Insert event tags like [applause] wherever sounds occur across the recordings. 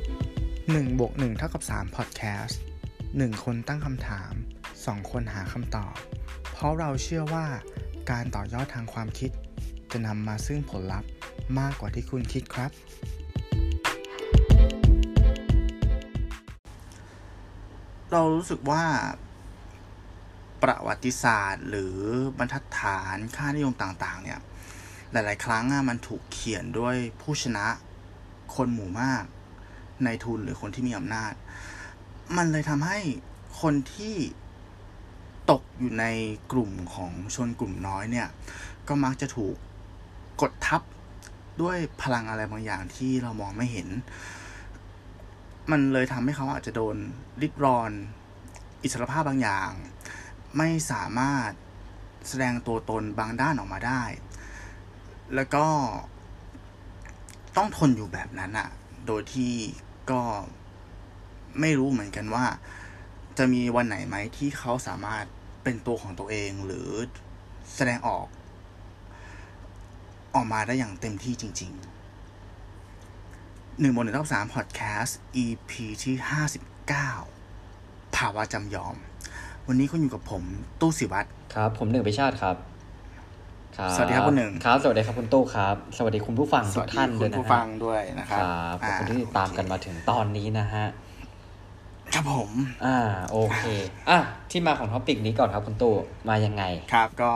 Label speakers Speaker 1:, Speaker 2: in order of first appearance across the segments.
Speaker 1: 1บวก1เท่ากับ3 Podcast 1 คนตั้งคำถาม 2 คนหาคำตอบ เพราะเราเชื่อว่าการต่อยอดทางความคิด จะนำมาซึ่งผลลัพธ์มากกว่าที่คุณคิดครับ เรารู้สึกว่า ประวัติศาสตร์ หรือบรรทัดฐานค่านิยมต่างๆ เนี่ย หลาย ๆ ครั้งอะมันถูกเขียนด้วยผู้ชนะคนหมู่มาก ในทุนหรือคนที่มีอำนาจ มันเลยทำให้คนที่ตกอยู่ในกลุ่มของชนกลุ่มน้อยเนี่ย ก็มักจะถูกกดทับด้วยพลังอะไรบางอย่างที่เรามองไม่เห็น มันเลยทำให้เขาอาจจะโดนริดรอน อิสรภาพบางอย่าง ไม่สามารถแสดงตัวตนบางด้านออกมาได้ แล้วก็ ต้องทนอยู่แบบนั้นอะโดยที่ก็ไม่รู้เหมือนกันว่า จะมีวันไหนไหมที่เขาสามารถเป็นตัวของตัวเองหรือแสดงออก ออกมาได้อย่างเต็มที่จริงๆหนึ่งบนหนึ่งรอบสามพอดแคสต์ EP ที่ห้าสิบเก้าภาวะจำยอม วันนี้คุณอยู่กับผมตู้สิวัตร
Speaker 2: ครับ ผมหนึ่งพิชาติครับ
Speaker 1: สวัสดีครับคุณหนึ่ง
Speaker 2: ครับ สวัสดีครับคุณตู้ครับ สวัสดีคุณผู้ฟัง
Speaker 1: ส
Speaker 2: ทุ
Speaker 1: วัส
Speaker 2: ก
Speaker 1: ดี
Speaker 2: ท่าน
Speaker 1: คุ
Speaker 2: ด้
Speaker 1: ณ
Speaker 2: วยนะ
Speaker 1: ผู้
Speaker 2: ฮะ
Speaker 1: ฟังด้วยนะค
Speaker 2: ค
Speaker 1: รั
Speaker 2: รั
Speaker 1: บบ
Speaker 2: ขอบคุณที่ติดตามกันมาถึงตอนนี้นะฮะ
Speaker 1: ครับผม
Speaker 2: อ่า โอเค อ่ะ ที่มาของท็อปิกนี้ก่อนครับคุณตู้ มายังไง
Speaker 1: ครับก็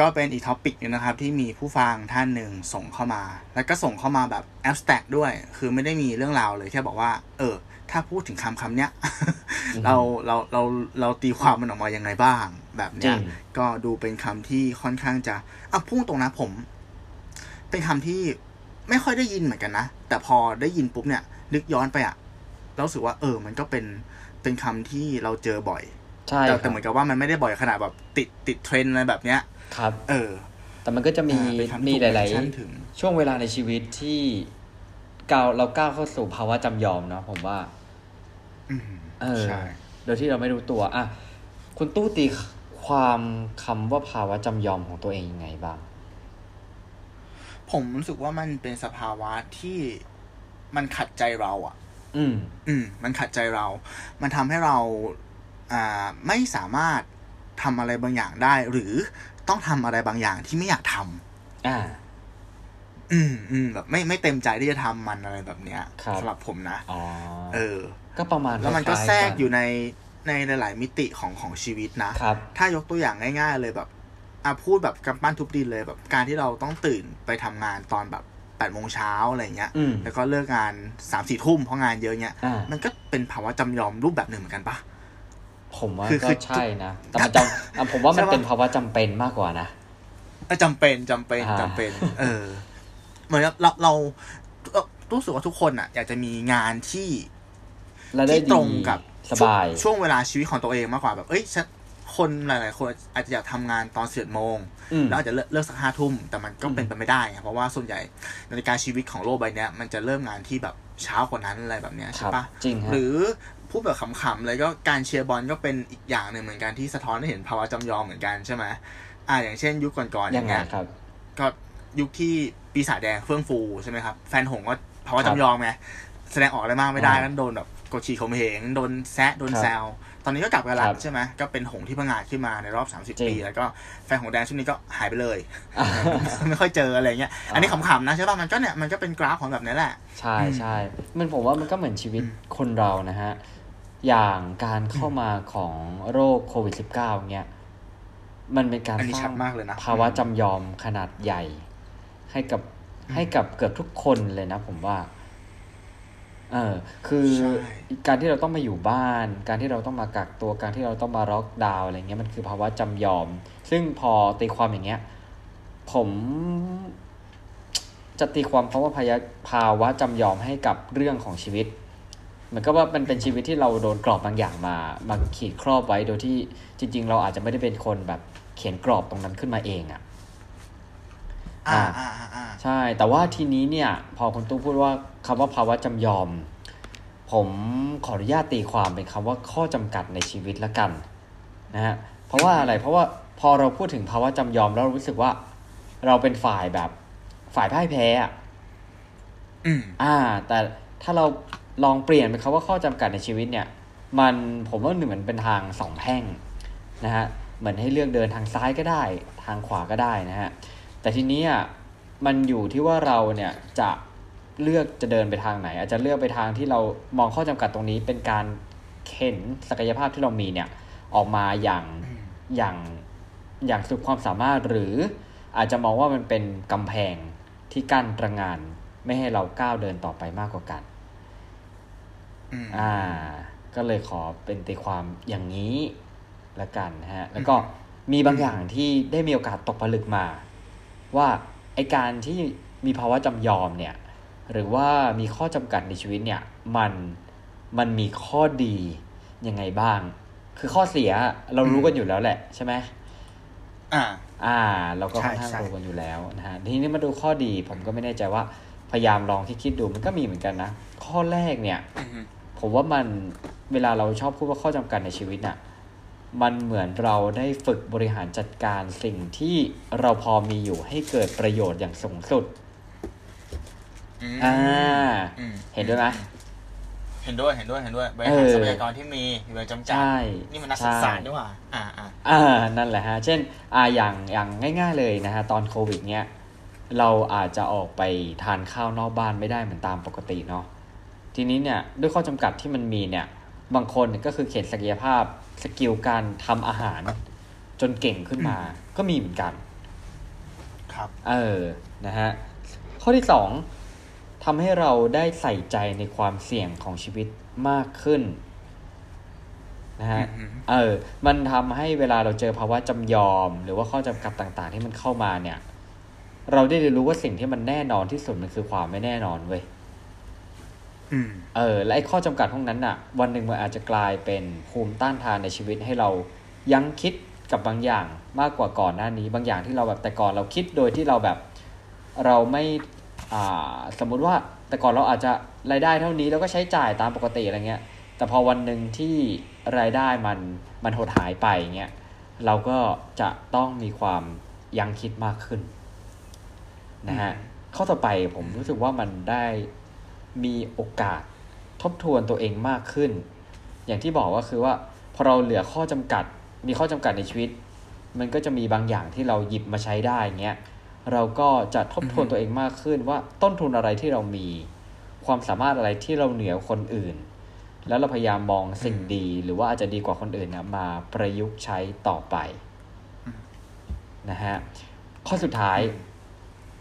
Speaker 1: ก็เป็นอีกท็อปิกนึงนะครับ ที่มีผู้ฟังท่านหนึ่งส่งเข้ามา แล้วก็ส่งเข้ามาแบบแอ s สแต็กด้วย คือไม่ได้มีเรื่องราวเลยแค่บอกว่า เออ ถ้าพูดถึงคำคำเนี้ย [laughs]
Speaker 2: อืม
Speaker 1: เราเราเราเราตีความมันออกมายังไงบ้าง แบบเนี้ย
Speaker 2: จริง
Speaker 1: ก็ดูเป็นคำที่ค่อนข้างจะอ่ะพุ่งตรงนะผม เป็นคำที่ไม่ค่อยได้ยินเหมือนกันนะ แต่พอได้ยินปุ๊บเนี่ย นึกย้อนไปอะเรารู้สึกว่า เออ มันก็เป็นเป็นคำที่เราเจอบ่อย
Speaker 2: ใช่
Speaker 1: แต่
Speaker 2: ค
Speaker 1: แต่
Speaker 2: รับ
Speaker 1: เหมือนกับว่ามันไม่ได้บ่อยขนาดแบบติดติดเทรนด์อะไรแบบเนี้ย
Speaker 2: ครับ
Speaker 1: เออ
Speaker 2: แต่มันก็จะมี
Speaker 1: อ่าเป็นคำที่
Speaker 2: มี
Speaker 1: ถูก
Speaker 2: หลาย
Speaker 1: เมนชั่นถึง
Speaker 2: ๆ ช่วงเวลาในชีวิตที่ก้าวเราก้าวเข้าสู่ภาวะจำยอมเนาะผมว่า
Speaker 1: อืม
Speaker 2: เออ
Speaker 1: ใช่
Speaker 2: โดยที่เราไม่รู้ตัว อ่ะ คุณตู้ตีความคำว่าภาวะจำยอมของตัวเองยังไงบ้าง
Speaker 1: ผมรู้สึกว่ามันเป็นสภาวะที่มันขัดใจเราอ่ะ
Speaker 2: อืม
Speaker 1: อืม มันขัดใจเรา มันทำให้เราอ่าไม่สามารถทำอะไรบางอย่างได้ หรือต้องทำอะไรบางอย่างที่ไม่อยากทำ
Speaker 2: อ่า
Speaker 1: อืมอืมแบบไม่ไม่เต็มใจที่จะทำมันอะไรแบบเนี้ย
Speaker 2: ครับ
Speaker 1: สำหรับผมนะ
Speaker 2: อ๋อ
Speaker 1: เออ
Speaker 2: ก็ประมาณ
Speaker 1: แล้วมันก็
Speaker 2: คล้าๆ
Speaker 1: แทรกอยู่ในในหลาย ๆ มิติของของชีวิตนะ
Speaker 2: ครับ
Speaker 1: ถ้ายกตัวอย่างง่ายๆ เลยแบบอ่ะพูดแบบกำปั้นทุบดินเลยแบบการที่เราต้องตื่นไปทำงานตอนแบบแปดโมงเช้าอะไรเงี้ย
Speaker 2: อืม
Speaker 1: แล้วก็เลิกงานสามสี่ทุ่มเพราะงานเยอะเงี้ย
Speaker 2: อ่า
Speaker 1: มันก็เป็นภาวะจำยอมรูปแบบหนึ่งเหมือนกันปะ
Speaker 2: ผมว่า
Speaker 1: คือ
Speaker 2: ก็
Speaker 1: คือ
Speaker 2: ใช่นะ แต่มันจำอ่ะผมว่ามัน
Speaker 1: ใช่ปะ
Speaker 2: เป็นภาวะจำเป็นมากกว่านะ
Speaker 1: เอ้ยจำเป็นจำเป็น
Speaker 2: อ่า
Speaker 1: จำเป็น เออ เหมือนเราเราเรารู้สึกว่าทุกคนอ่ะ อยากจะมีงานที่
Speaker 2: และได้
Speaker 1: ที่ต
Speaker 2: ดี
Speaker 1: รงกับ
Speaker 2: สบาย
Speaker 1: ช่วงช่วงเวลาชีวิตของตัวเองมากกว่าแบบเอ้ยฉันคนหลายๆคนอาจจะอยากทำงานตอนสิบโมง
Speaker 2: อืม
Speaker 1: แล้วอาจจะเลิกเลิกสักห้าทุ่มแต่มันก็เป็นไปไม่ได้ไงเพราะว่าส่วนใหญ่นาฬิกาชีวิตของโลกใบเนี้ยมันจะเริ่มงานที่แบบเช้ากว่านั้นอะไรแบบเนี้ย
Speaker 2: ค
Speaker 1: ใช่
Speaker 2: รับ
Speaker 1: ปะ
Speaker 2: จริงฮะ
Speaker 1: หรือพูดแบบขำๆเลยก็การเชียร์บอลก็เป็นอีกอย่างหนึ่งเหมือนกันที่สะท้อนให้เห็นภาวะจำยอมเหมือนกันใช่ไหมอ่าอย่างเช่น ยุคก่อนๆอ
Speaker 2: ยั
Speaker 1: ย่าง ง
Speaker 2: ไง
Speaker 1: เงี้ย
Speaker 2: ครับ
Speaker 1: ก็ยุคที่ปีศาจแดงเฟื่องฟูใช่ไหมครับแฟนหงส์ก็ภาวะ
Speaker 2: ครับ
Speaker 1: จำยอมไงแสดงออกอะไรมากไม่ได้
Speaker 2: อ่า
Speaker 1: นั่นโดนแบบกดขี่ข่มเหงโดนแซะโดน
Speaker 2: ครับ
Speaker 1: แซวตอนนี้ก็กลับกันละ
Speaker 2: ครับ
Speaker 1: ใช่ไหมก็เป็นหงส์ที่พังงาดขึ้นมาในรอบ
Speaker 2: จ
Speaker 1: 30
Speaker 2: ริง
Speaker 1: ปี แล้วก็แฟนหงส์แดงช่วงนี้ก็หายไปเลย
Speaker 2: อ่ะ
Speaker 1: ไม่ค่อยเจออะไรเงี้ย
Speaker 2: อ่า
Speaker 1: อันนี้ขำๆนะใช่ป่ะ มันก็เนี่ยมันก็เป็นกราฟของแบบนี้แหละ
Speaker 2: ใช่
Speaker 1: อืม
Speaker 2: ใช่มันผมว่ามันก็เหมือนชีวิตคนเรานะฮะ อย่างการเข้ามาของโรคโควิด -19 เนี่ย มันเป็นการ
Speaker 1: อันนี้
Speaker 2: ส
Speaker 1: ชั
Speaker 2: ร้า
Speaker 1: ด
Speaker 2: ง
Speaker 1: มากเลยนะ
Speaker 2: ภาวะจำยอมขนาดใหญ่ ให้กับให้กับเกือบทุกคนเลยนะผมว่า เออ คือ
Speaker 1: ใช่
Speaker 2: การที่เราต้องมาอยู่บ้าน การที่เราต้องมากักตัว การที่เราต้องมาล็อกดาวน์อะไรเงี้ย มันคือภาวะจำยอม ซึ่งพอตีความอย่างเงี้ย ผม จะตีความเพราะว่าพยาภาวะจำยอมให้กับเรื่องของชีวิตเหมือนก็ว่ามันเป็นชีวิตที่เราโดนกรอบบางอย่างมามาขีดครอบไว้โดยที่จริง ๆ เราอาจจะไม่ได้เป็นคนแบบเขียนกรอบตรงนั้นขึ้นมาเองอะ
Speaker 1: อ่า
Speaker 2: อ่า
Speaker 1: อ่าอ่าอ่า
Speaker 2: ใช่ แต่ว่าทีนี้เนี่ย พอคุณตู้พูดว่าคำว่าภาวะจำยอม ผมขออนุญาตตีความเป็นคำว่าข้อจำกัดในชีวิตละกันนะฮะ เพราะว่าอะไร เพราะว่าพอเราพูดถึงภาวะจำยอมแล้วเรารู้สึกว่า เราเป็นฝ่ายแบบฝ่ายพ่ายแพ้อะ
Speaker 1: อืม
Speaker 2: อ่า แต่ถ้าเรา ลองเปลี่ยนเป็นคำว่าข้อจำกัดในชีวิตเนี่ย มันผมว่าเหมือนเป็นทางสองแพร่งนะฮะเหมือนให้เลือกเดินทางซ้ายก็ได้ ทางขวาก็ได้นะฮะแต่ทีนี้อ่ะมันอยู่ที่ว่าเราเนี่ยจะเลือกจะเดินไปทางไหน อาจจะเลือกไปทางที่เรามองข้อจำกัดตรงนี้ เป็นการเข็นศักยภาพที่เรามีเนี่ยออกมาอย่างอย่างอย่างสุดความสามารถหรือ อาจจะมองว่ามันเป็นกำแพงที่กั้นระงาน ไม่ให้เราก้าวเดินต่อไปมากกว่ากัน
Speaker 1: อืม
Speaker 2: อ่า ก็เลยขอเป็นตีความอย่างนี้ละกันนะฮะ แล้วก็มีบางอย่างที่ได้มีโอกาสตกผลึกมา ว่าไอการที่มีภาวะจำยอมเนี่ย หรือว่ามีข้อจำกัดในชีวิตเนี่ย มันมันมีข้อดียังไงบ้าง คือข้อเสียเรารู้กันอยู่แล้วแหละใช่ไหม
Speaker 1: อ่า
Speaker 2: อ่า เราก็ค่อนข้าง
Speaker 1: ใช่ใช่
Speaker 2: รู้กันอยู่แล้วนะฮะทีนี้มาดูข้อดี ผมก็ไม่แน่ใจว่าพยายามลองคิดคิดๆดูมันก็มีเหมือนกันนะ ข้อแรกเนี่ย
Speaker 1: อืม
Speaker 2: ผมว่ามันเวลาเราชอบพูดว่าข้อจำกัดในชีวิตน่ะมันเหมือนเราได้ฝึกบริหารจัดการสิ่งที่เราพอมีอยู่ให้เกิดประโยชน์อย่างสูงสุด
Speaker 1: ม
Speaker 2: อ่า
Speaker 1: ม
Speaker 2: เห็นด้วยไหม
Speaker 1: เห็นด้วยเห็นด้วยเห็นด้วยบริ
Speaker 2: เอ
Speaker 1: หาร
Speaker 2: อ
Speaker 1: ทรัพยากรที่มีอยู่จำกัด
Speaker 2: ใช่
Speaker 1: นี่มันนักศึกษา
Speaker 2: ใช่
Speaker 1: ด้วยว่ะอ่าอ่า
Speaker 2: อ่านั่นแหละฮะ เช่นอ่าอย่างอย่างง่ายๆเลยนะฮะ ตอนโควิดเนี้ยเราอาจจะออกไปทานข้าวนอกบ้านไม่ได้เหมือนตามปกติเนาะทีนี้เนี่ยด้วยข้อจำกัดที่มันมีเนี่ย บางคนก็คือเขียนศักยภาพสกิลการทำอาหาร จนเก่งขึ้นมาก็มีเหมือนกัน
Speaker 1: ครับ
Speaker 2: เออ นะฮะ ข้อที่สองทำให้เราได้ใส่ใจในความเสี่ยงของชีวิตมากขึ้น นะฮะ
Speaker 1: อือฮึ
Speaker 2: เออ มันทำให้เวลาเราเจอภาวะจำยอม หรือว่าข้อจำกัดต่างๆ ที่มันเข้ามาเนี่ย เราได้เรียนรู้ว่าสิ่งที่มันแน่นอนที่สุดมันคือความไม่แน่นอนเว้ย
Speaker 1: อืม
Speaker 2: เออ และไอ้ข้อจำกัดพวกนั้นน่ะ วันหนึ่งมันอาจจะกลายเป็นภูมิต้านทานในชีวิตให้เรายั้งคิดกับบางอย่างมากกว่าก่อนหน้านี้ บางอย่างที่เราแบบแต่ก่อนเราคิดโดยที่เราแบบ เราไม่อ่าสมมุติว่าแต่ก่อนเราอาจจะรายได้เท่านี้แล้วก็ใช้จ่ายตามปกติอะไรเงี้ย แต่พอวันหนึ่งที่รายได้มันมันหดหายไปเงี้ยเราก็จะต้องมีความยั้งคิดมากขึ้น นะฮะ
Speaker 1: อืม
Speaker 2: ข้อต่อไปผมรู้สึกว่ามันได้มีโอกาสทบทวนตัวเองมากขึ้น อย่างที่บอกก็คือว่าพอเราเหลือข้อจำกัด มีข้อจำกัดในชีวิต มันก็จะมีบางอย่างที่เราหยิบมาใช้ได้เงี้ยเราก็จะทบทวนตัวเองมากขึ้นว่าต้นทุนอะไรที่เรามี ความสามารถอะไรที่เราเหนือคนอื่น แล้วเราพยายามมองสิ่งดี หรือว่าอาจจะดีกว่าคนอื่นนะมาประยุกต์ใช้ต่อไปนะฮะข้อสุดท้าย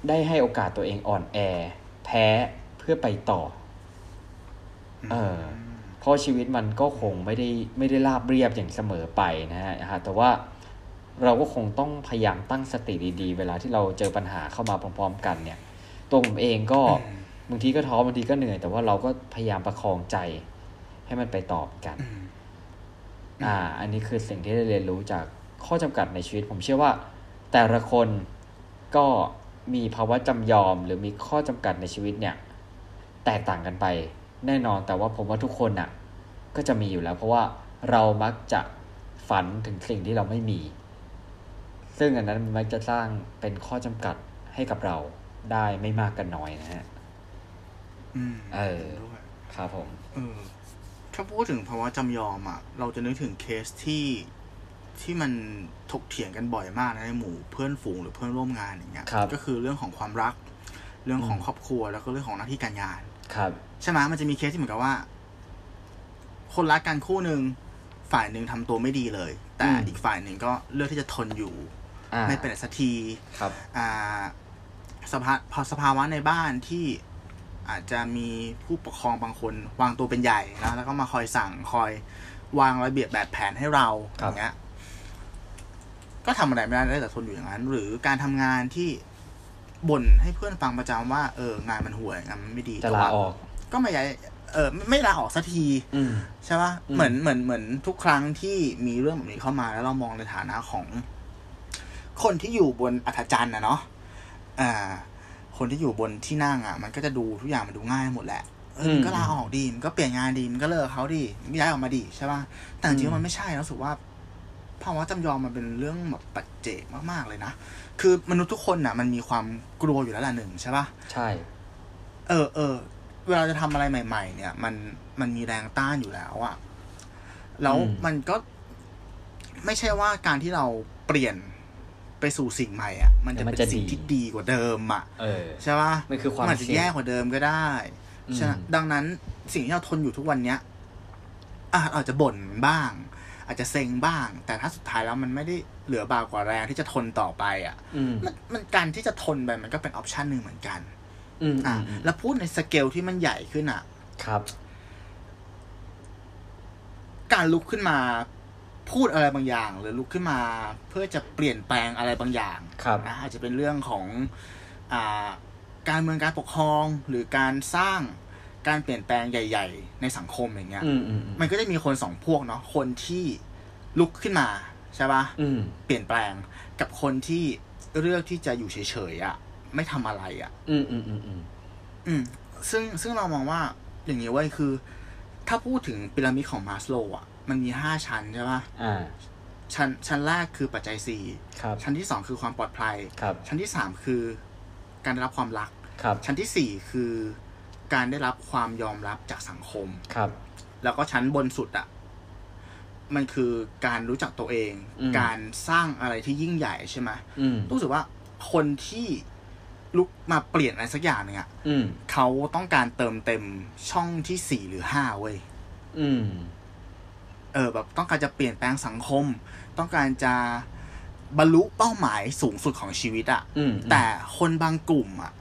Speaker 2: ได้ให้โอกาสตัวเองอ่อนแอ แพ้เพื่อไปต่อ เออ เพราะชีวิตมันก็คงไม่ได้ไม่ได้ราบเรียบอย่างเสมอไปนะฮะอ่าแต่ว่าเราก็คงต้องพยายามตั้งสติดีๆ เวลาที่เราเจอปัญหาเข้ามาพร้อมๆกันเนี่ย ตัวผมเองก็บางทีก็ท้อบางทีก็เหนื่อย แต่ว่าเราก็พยายามประคองใจ ให้มันไปต่อเหมือนกัน
Speaker 1: อืม อืม
Speaker 2: อ่า อันนี้คือสิ่งที่ได้เรียนรู้จากข้อจำกัดในชีวิต ผมเชื่อว่า แต่ละคนก็มีภาวะจำยอม หรือมีข้อจำกัดในชีวิตเนี่ย แตกต่างกันไป แน่นอนแต่ว่าผมว่าทุกคนน่ะ ก็จะมีอยู่แล้ว เพราะว่าเรามักจะฝันถึงสิ่งที่เราไม่มี ซึ่งอันนั้นมันมักจะสร้างเป็นข้อจำกัดให้กับเราได้ไม่มากกันน้อยนะฮะ
Speaker 1: อืม
Speaker 2: เออ
Speaker 1: เห็นด้วย
Speaker 2: ครับผม
Speaker 1: เออถ้าพูดถึงภาวะจำยอมอ่ะ เราจะนึกถึงเคสที่ที่มันถกเถียงกันบ่อยมากนะในหมู่เพื่อนฝูงหรือเพื่อนร่วมงานอย่างเงี้ย
Speaker 2: ครับ
Speaker 1: ก็คือเรื่องของความรัก เรื่องของ
Speaker 2: อืม
Speaker 1: ครอบครัวแล้วก็เรื่องของหน้าที่การงาน
Speaker 2: ครับ
Speaker 1: ใช่ไหมมันจะมีเคสที่เหมือนกับว่า คนรักกันคู่หนึ่งฝ่ายหนึ่งทำตัวไม่ดีเลย แต่
Speaker 2: อืม
Speaker 1: อีกฝ่ายหนึ่งก็เลือกที่จะทนอยู่
Speaker 2: อ่า
Speaker 1: ไม่เป็นไรสักที
Speaker 2: ครับ
Speaker 1: อ่าสภาพสภาวะในบ้านที่อาจจะมีผู้ปกครองบางคนวางตัวเป็นใหญ่นะแล้วก็มาคอยสั่งคอยวางระเบียบแบบแผนให้เรา
Speaker 2: ค
Speaker 1: อ
Speaker 2: รับ
Speaker 1: ย่างเงี้ยก็ทำอะไรไม่ได้ได้แต่ทนอยู่อย่างนั้น หรือการทำงานที่บ่นให้เพื่อนฟังประจำว่าเอองานมันห่วยงานมันไม่ดี
Speaker 2: จะ
Speaker 1: แต่
Speaker 2: ลา
Speaker 1: ว่า
Speaker 2: ออก
Speaker 1: ก็ไม่ย้ายเออไม่ไม่ลาออกสักที
Speaker 2: อืม
Speaker 1: ใช่ปะ
Speaker 2: อืม
Speaker 1: เหมือนเหมือนเหมือนทุกครั้งที่มีเรื่องแบบนี้เข้ามาแล้วเรามองในฐานะของ คนที่อยู่บนอัธจันทร์นะเนาะอ่า คนที่อยู่บนที่นั่งอ่ะ มันก็จะดูทุกอย่างมันดูง่ายหมดแหละเออ
Speaker 2: อืม
Speaker 1: มันก็ลาออกดีมันก็เปลี่ยนงานดีมันก็เลิกเขาดีมันก็ย้ายออกมาดีใช่ปะแต่จริงๆแล้วมันไม่ใช่นะรู้สึกว่าภาวะจำยอมมันเป็นเรื่องแบบปัจเจกมากๆเลยนะคือมนุษย์ทุกคนน่ะ มันมีความกลัวอยู่แล้วล่ะหนึ่งใช่ปะ
Speaker 2: ใช่
Speaker 1: เออเออ เวลาจะทำอะไรใหม่ ๆ เนี่ย มันมันมีแรงต้านอยู่แล้วอะแล้ว
Speaker 2: อืม
Speaker 1: มันก็ไม่ใช่ว่าการที่เราเปลี่ยนไปสู่สิ่งใหม่อะมันจะเป็นสิ่งที่ดีกว่าเดิมอะ
Speaker 2: เออ
Speaker 1: ใช่ปะ
Speaker 2: มันคือความ
Speaker 1: อาจจะแย่กว่าเดิมก็ได้
Speaker 2: อืม
Speaker 1: ฉะนั้นดังนั้นสิ่งที่เราทนอยู่ทุกวันเนี้ยอ่ะอาจจะบ่นบ้าง อาจจะเซ็งบ้าง แต่ถ้าสุดท้ายแล้วมันไม่ได้เหลือบากกว่าแรงที่จะทนต่อไปอ่ะ
Speaker 2: อืม
Speaker 1: มันมันการที่จะทนไปมันก็เป็นออปชันหนึ่งเหมือนกัน
Speaker 2: อืม
Speaker 1: อ่ะ
Speaker 2: อืม
Speaker 1: แล้วพูดในสเกลที่มันใหญ่ขึ้นอ่ะ
Speaker 2: ครับ
Speaker 1: การลุกขึ้นมาพูดอะไรบางอย่าง หรือลุกขึ้นมาเพื่อจะเปลี่ยนแปลงอะไรบางอย่าง
Speaker 2: ครับ
Speaker 1: นะอาจจะเป็นเรื่องของอ่าการเมืองการปกครองหรือการสร้างการเปลี่ยนแปลงใหญ่ ๆ ในสังคมอย่างเงี้ย
Speaker 2: อืมอืมอืม
Speaker 1: มันก็จะมีคนสองพวกเนาะคนที่ลุกขึ้นมาใช่ปะ
Speaker 2: อืม
Speaker 1: เปลี่ยนแปลงกับคนที่เลือกที่จะอยู่เฉยๆอะ่ะไม่ทำอะไรอ่ะ
Speaker 2: อืมอืมอืมอืม
Speaker 1: อืมซึ่งซึ่งเรามองว่าอย่างนี้เว้ยคือ ถ้าพูดถึงพีระมิดของมาสโลว์อ่ะ มันมีห้าชั้นใช่ปะ
Speaker 2: อ่า
Speaker 1: ชั้นชั้นแรกคือปัจจัยสี่
Speaker 2: ครับ
Speaker 1: ชั้นที่สองคือความปลอดภัย
Speaker 2: ครับ
Speaker 1: ชั้นที่สามคือการได้รับความรัก
Speaker 2: ครับ
Speaker 1: ชั้นที่สี่คือการได้รับความยอมรับจากสังคม
Speaker 2: ครับ
Speaker 1: แล้วก็ชั้นบนสุดอ่ะ มันคือการรู้จักตัวเอง
Speaker 2: อืม
Speaker 1: การสร้างอะไรที่ยิ่งใหญ่ใช่ไหม
Speaker 2: อืม
Speaker 1: รู้สึกว่าคนที่ลุกมาเปลี่ยนอะไรสักอย่างหนึ่งอ่ะ
Speaker 2: อืม
Speaker 1: เขาต้องการเติมเต็มช่องที่สี่หรือห้าเว้ย
Speaker 2: อืม
Speaker 1: เออแบบต้องการจะเปลี่ยนแปลงสังคม ต้องการจะบรรลุเป้าหมายสูงสุดของชีวิตอะ
Speaker 2: อืม
Speaker 1: แต่คนบางกลุ่มอะ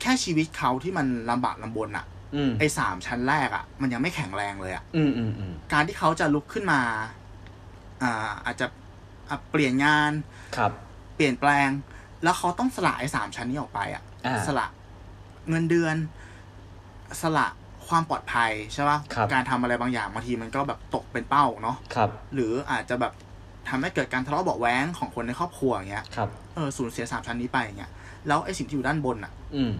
Speaker 1: แค่ชีวิตเขาที่มันลำบากลำบนอะ
Speaker 2: อืม
Speaker 1: ไอ้สามชั้นแรกอะมันยังไม่แข็งแรงเลยอะ
Speaker 2: อืมอืมอืม
Speaker 1: การที่เขาจะลุกขึ้นมา อ่าอาจจะอ่ะเปลี่ยนงาน
Speaker 2: ครับ
Speaker 1: เปลี่ยนแปลง แล้วเขาต้องสละไอ้สามชั้นนี้ออกไปอะ
Speaker 2: อ่า
Speaker 1: สละเงินเดือน สละความปลอดภัยใช่ปะ
Speaker 2: ครับ
Speaker 1: การทำอะไรบางอย่างบางทีมันก็แบบตกเป็นเป้าเนาะ
Speaker 2: ครับ
Speaker 1: หรืออาจจะแบบทำให้เกิดการทะเลาะเบาะแว้งของคนในครอบครัวอย่างเงี้ย
Speaker 2: ครับ
Speaker 1: เออสูญเสียสามชั้นนี้ไปอย่างเงี้ย แล้วไอ้สิ่งที่อยู่ด้านบนอ่ะ
Speaker 2: อืม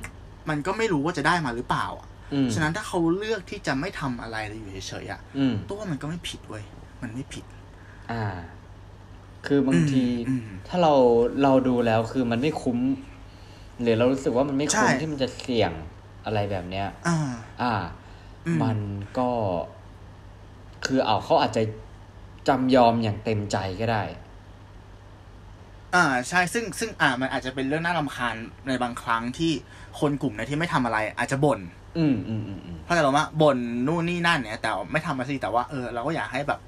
Speaker 1: มันก็ไม่รู้ว่าจะได้มาหรือเปล่าอะ
Speaker 2: อืม
Speaker 1: ฉะนั้นถ้าเขาเลือกที่จะไม่ทำอะไรเลยอยู่เฉยๆอ่ะ
Speaker 2: อืม
Speaker 1: ตัวมันก็ไม่ผิดเว้ย มันไม่ผิด
Speaker 2: อ่า คือบางที
Speaker 1: อืมอืม
Speaker 2: ถ้าเราเราดูแล้วคือมันไม่คุ้ม หรือเรารู้สึกว่ามันไม่คุ้ม
Speaker 1: ใช่
Speaker 2: ที่มันจะเสี่ยงอะไรแบบเนี้ย
Speaker 1: อ่า
Speaker 2: อ่า
Speaker 1: อืม
Speaker 2: มันก็ คือเอาเขาอาจจะจำยอมอย่างเต็มใจก็ได้
Speaker 1: อ่าใช่ซึ่งซึ่งอ่ามันอาจจะเป็นเรื่องน่ารำคาญในบางครั้งที่คนกลุ่มเนยที่ไม่ทำอะไร อาจจะบ่น
Speaker 2: อืมอืมอืมอืม
Speaker 1: เข้าใจหรอมะบ่นนู่นนี่นั่นเนี่ย แต่ไม่ทำอะไรสิแต่ว่าเออเราก็อยากให้แบบ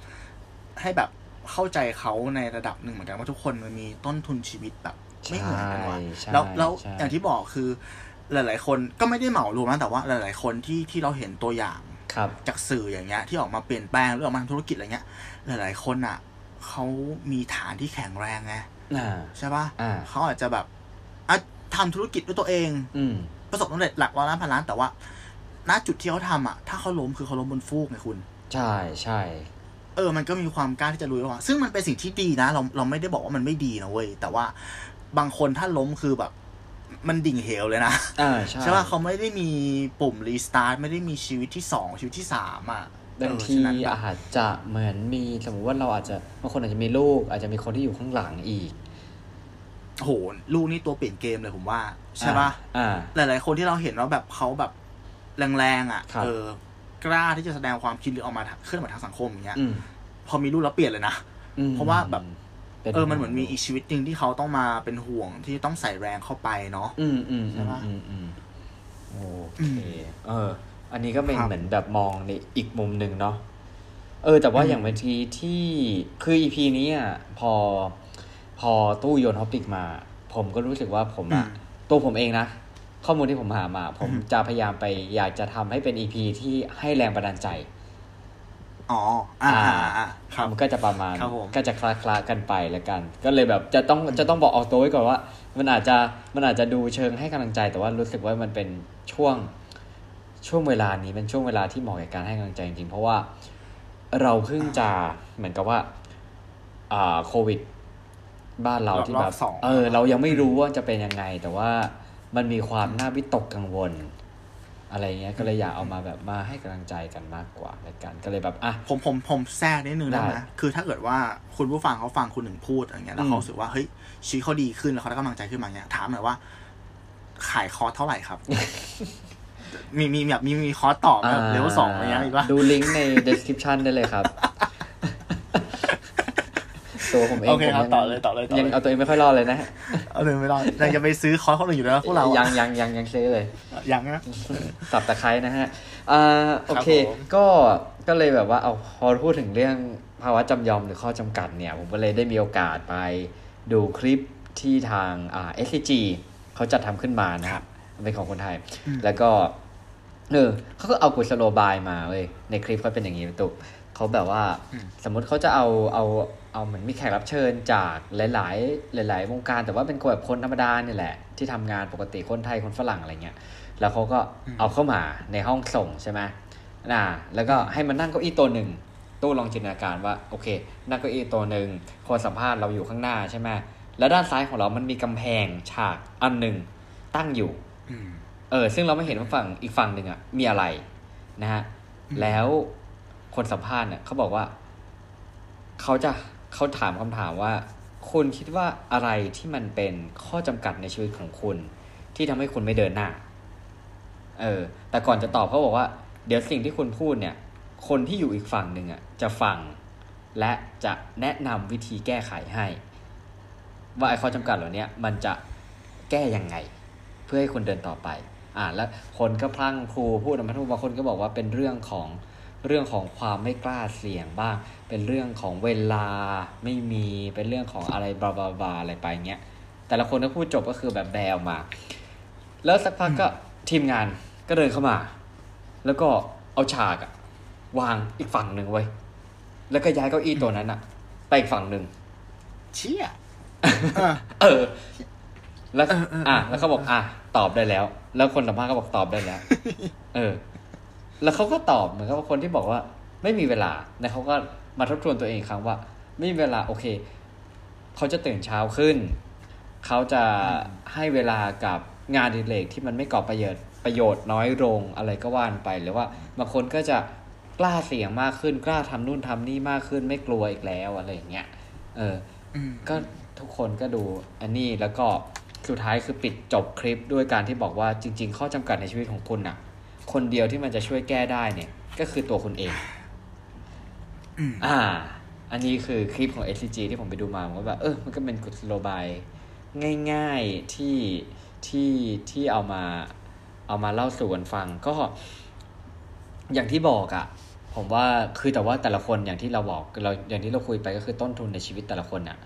Speaker 1: ให้แบบเข้าใจเขาในระดับหนึ่งเหมือนกันว่าทุกคนมันมีต้นทุนชีวิตแบบ ไม่เหมือนกันว่ะ
Speaker 2: ใช่
Speaker 1: แล้วแล้ว
Speaker 2: ใช่
Speaker 1: อย่างที่บอกคือ หลาย ๆ คนก็ไม่ได้เหมารวมนะแต่ว่าหลาย ๆ คนที่ที่เราเห็นตัวอย่าง
Speaker 2: ครับ
Speaker 1: จากสื่ออย่างเงี้ยที่ออกมาเปลี่ยนแปลงหรือออกมาทำธุรกิจอะไรเงี้ย หลาย ๆ คนอ่ะเขามีฐานที่แข็งแรงไง
Speaker 2: อ่า
Speaker 1: ใช่ปะ
Speaker 2: อ่า
Speaker 1: ่ะเขาอาจจะแบบอ่ะทำธุรกิจด้วยตัวเอง
Speaker 2: อืม
Speaker 1: ประสบความสำเร็จหลักร้อยล้านพันล้าน แต่ว่า ณ จุดที่เขาทำอ่ะ ถ้าเขาล้มคือเขาล้มบนฟูกไงคุณ
Speaker 2: ใช่ใช่
Speaker 1: เออ มันก็มีความกล้าที่จะลุยว่าซึ่งมันเป็นสิ่งที่ดีนะ เรา เราไม่ได้บอกว่ามันไม่ดีนะเว้ย แต่ว่าบางคนถ้าล้มคือแบบ มันดิ่งเหวเลยนะ
Speaker 2: อ่า ใช่
Speaker 1: ใช่ป่ะเขาไม่ได้มีปุ่มรีสตาร์ท ไม่ได้มีชีวิตที่สองชีวิตที่สามอ่ะ
Speaker 2: บาง
Speaker 1: เออ
Speaker 2: ที
Speaker 1: ฉะนั้นแบบ
Speaker 2: อาจจะเหมือนมีสมมติว่าเราอาจจะบางคนอาจจะมีลูก อาจจะมีคนที่อยู่ข้างหลังอีก
Speaker 1: โอ้โห ลูกนี่ตัวเปลี่ยนเกมเลยผมว่า ใช่ป่ะ
Speaker 2: อ่า
Speaker 1: หลาย ๆ คนที่เราเห็นว่าแบบเขาแบบแรงๆอ่ะ
Speaker 2: ครับ
Speaker 1: เออ กล้าที่จะแสดงความคิดหรือออกมาเคลื่อนไหวทางสังคมอย่างเงี้ย
Speaker 2: อืม
Speaker 1: พอมีลูกแล้วเปลี่ยนเลยนะ
Speaker 2: อืม
Speaker 1: เพราะว่าแบบ
Speaker 2: ป็
Speaker 1: เออ มันเหมือนมีอีกชีวิตหนึ่งที่เขาต้องมาเป็นห่วงที่ต้องใส่แรงเข้าไปเนาะ
Speaker 2: อืมอืม
Speaker 1: ใช่
Speaker 2: อืม
Speaker 1: ปะ
Speaker 2: อืมอืมโอ
Speaker 1: อื
Speaker 2: เค
Speaker 1: ม
Speaker 2: เออ อันนี้ก็เป็น
Speaker 1: ครับ
Speaker 2: เหมือนแบบมองในอีกมุมหนึ่งเนาะเออ แต่ว่า
Speaker 1: อืม
Speaker 2: อย่างบางทีที่คืออีพีนี้อ่ะพอ พอตู้โยนท็อปิกมา ผมก็รู้สึกว่าผมอ่ะ
Speaker 1: อืม
Speaker 2: ตัวผมเองนะ ข้อมูลที่ผมหามา ผม
Speaker 1: อืม
Speaker 2: จะพยายามไปอยากจะทำให้เป็นอีพีที่ให้แรงบันดาลใจ
Speaker 1: อ๋อ อ่า
Speaker 2: อ่า
Speaker 1: อ่าอ่าครับ
Speaker 2: มันก็จะประมาณ
Speaker 1: ครับผม
Speaker 2: ก็จะคลาคลากันไปละกัน ก็เลยแบบจะต้องจะต้องบอกออกตัวไว้ก่อนว่า มันอาจจะมันอาจจะดูเชิงให้กำลังใจ แต่ว่ารู้สึกว่ามันเป็นช่วงช่วงเวลานี้เป็นช่วงเวลาที่เหมาะแก่การให้กำลังใจจริงๆเพราะว่าเราเพิ่งจะเหมือนกับว่า อ่าโควิด บ้านเรา
Speaker 1: รอบ
Speaker 2: ที่แบ
Speaker 1: ร
Speaker 2: บ
Speaker 1: อบสอง
Speaker 2: เออ เรายังไม่รู้ว่าจะเป็นยังไง แต่ว่ามันมีความน่าวิตกกังวล อะไรเงี้ยก็เลยอยากเอามาแบบมาให้กำลังใจกันมากกว่าละกันก็เลยแบบอ่ะ
Speaker 1: ผมผมผมแทรกนิดนึงได้ไหม
Speaker 2: ได้
Speaker 1: คือถ้าเกิดว่าคุณผู้ฟังเขาฟังคุณหนึ่งพูดอย่างเงี้ย แล้วเขา
Speaker 2: อืม
Speaker 1: รู้สึกว่าเฮ้ยชีวิตเขา
Speaker 2: [laughs]
Speaker 1: ดีขึ้นแล้วเขาได้กำลังใจขึ้นมาเงี้ย ถามหน่อยว่า ขายคอร์สเท่าไหร่ครับ มีมีแบบมีมีคอร์สต่อแบบเลเวลสองอะไรเงี้ยมีปะ
Speaker 2: ดูลิงก์ใน description ได้เลย
Speaker 1: [laughs]
Speaker 2: ครับ ตัวผมเอง
Speaker 1: โอเค
Speaker 2: ผม
Speaker 1: ครับ
Speaker 2: ยัง
Speaker 1: ต่อเลยต่อเลยต่อ
Speaker 2: ยัง
Speaker 1: เลย
Speaker 2: เอาตัวเองไม่ค่อยรอดเลยนะ
Speaker 1: เอาเลยไม่รอดยังจะไปซื้อคอร์สคนอื่นอยู่
Speaker 2: [laughs]
Speaker 1: แล้วพวกเรา
Speaker 2: ยั
Speaker 1: ยัง
Speaker 2: ยังยังยังซื้อเลย
Speaker 1: ยังนะ
Speaker 2: [laughs] สับตะไคร้นะฮะอ่าโอเค
Speaker 1: ครับผม
Speaker 2: ก็ ก็เลยแบบว่าเอาพอพูดถึงเรื่องภาวะจำยอมหรือข้อจำกัดเนี่ย ผมก็เลยได้มีโอกาสไปดูคลิปที่ทางอ่า SCG เขาจัดทำขึ้นมานะครับ เป็นของคนไทย แล้วก็ เออเขาก็เอากุศโลบายมาเว้ย ในคลิปเขาเป็นอย่างนี้ตุกเขาแบบว่า
Speaker 1: อืม
Speaker 2: สมมติเขาจะเอา เอา เอาเหมือนมีแขกรับเชิญจากหลาย ๆ หลาย ๆ วงการ แต่ว่าเป็นคนแบบคนธรรมดาเนี่ยแหละ ที่ทำงานปกติคนไทยคนฝรั่งอะไรเงี้ย แล้วเขาก็เอาเข้ามาในห้องส่งใช่ไหมน่ะแล้วก็ให้มันนั่งเก้าอี้ตัวหนึ่ง ตู้ลองจินตนาการว่า โอเค นั่งเก้าอี้ตัวหนึ่งคนสัมภาษณ์เราอยู่ข้างหน้าใช่ไหมแล้วด้านซ้ายของเรามันมีกำแพงฉากอันหนึ่งตั้งอยู่
Speaker 1: อืม
Speaker 2: เออ ซึ่งเราไม่เห็นว่าฝั่งอีกฝั่งหนึ่งอะมีอะไรนะฮะ
Speaker 1: อืม
Speaker 2: แล้วคนสัมภาษณ์เนี่ยเขาบอกว่า เขาจะเขาถามคำถามว่า คุณคิดว่าอะไรที่มันเป็นข้อจำกัดในชีวิตของคุณ ที่ทำให้คุณไม่เดินหน้า เออ แต่ก่อนจะตอบเขาบอกว่า เดี๋ยวสิ่งที่คุณพูดเนี่ย คนที่อยู่อีกฝั่งหนึ่งอ่ะ จะฟัง และจะแนะนำวิธีแก้ไขให้ ว่าไอ้ข้อจำกัดเหล่าเนี้ยมันจะแก้ยังไง เพื่อให้คุณเดินต่อไป อ่า แล้วคนก็พลั้งครูพูดออกมาทุกบางคนก็บอกว่าเป็นเรื่องของเรื่องของความไม่กล้าเสี่ยงบ้าง เป็นเรื่องของเวลาไม่มีเป็นเรื่องของอะไรบลาบลาบลาอะไรไปเงี้ย แต่ละคนก็พูดจบก็คือแบบแบลออกมา แล้วสักพักก็ทีมงานก็เดินเข้ามา แล้วก็เอาฉากอะวางอีกฝั่งหนึ่งไว้ยแล้วก็ย้ายเก้าอี้ตัวนั้นอะไปอีกฝั่งหนึ่ง
Speaker 1: เชี่ย
Speaker 2: เออ แล้ว
Speaker 1: เออเออเอออ่
Speaker 2: อ่ะแล้วเขาบอก อ่ะ ตอบได้แล้ว แล้วคนสัมภาษณ์ก็บอกตอบได้แล้ว
Speaker 1: [laughs]
Speaker 2: เออ แล้วเขาก็ตอบเหมือนกับว่าคนที่บอกว่า ไม่มีเวลาแล้วเขาก็มาทบทวนตัวเองอีกครั้งว่า ไม่มีเวลา โอเค เขาจะตื่นเช้าขึ้น เขาจะให้เวลากับงานอดิเลกที่มันไม่ก่อประโยชน์ประโยชน์น้อยลงอะไรก็ว่านไป หรือว่าบางคนก็จะกล้าเสี่ยงมากขึ้น กล้าทำนู่นทำนี่มากขึ้น ไม่กลัวอีกแล้วอะไรอย่างเงี้ย เออ
Speaker 1: อืม
Speaker 2: ก็ทุกคนก็ดูอันนี้แล้วก็สุดท้ายคือปิดจบคลิปด้วยการที่บอกว่าจริง ๆ ข้อจำกัดในชีวิตของคุณน่ะ คนเดียวที่มันจะช่วยแก้ได้เนี่ย ก็คือตัวคุณเอง
Speaker 1: อืม
Speaker 2: อ่า อันนี้คือคลิปของ s c g ที่ผมไปดูมาผมก็แบบเออมันก็เป็นกุศโลบาย ง่ายๆที่ที่ที่เอามาเอามาเล่าสู่กันฟัง ก็ อย่างที่บอกอะผมว่าคือแต่ว่าแต่ละคนอย่างที่เราบอกเราอย่างที่เราคุยไปก็คือต้นทุนในชีวิตแต่ละคนอะ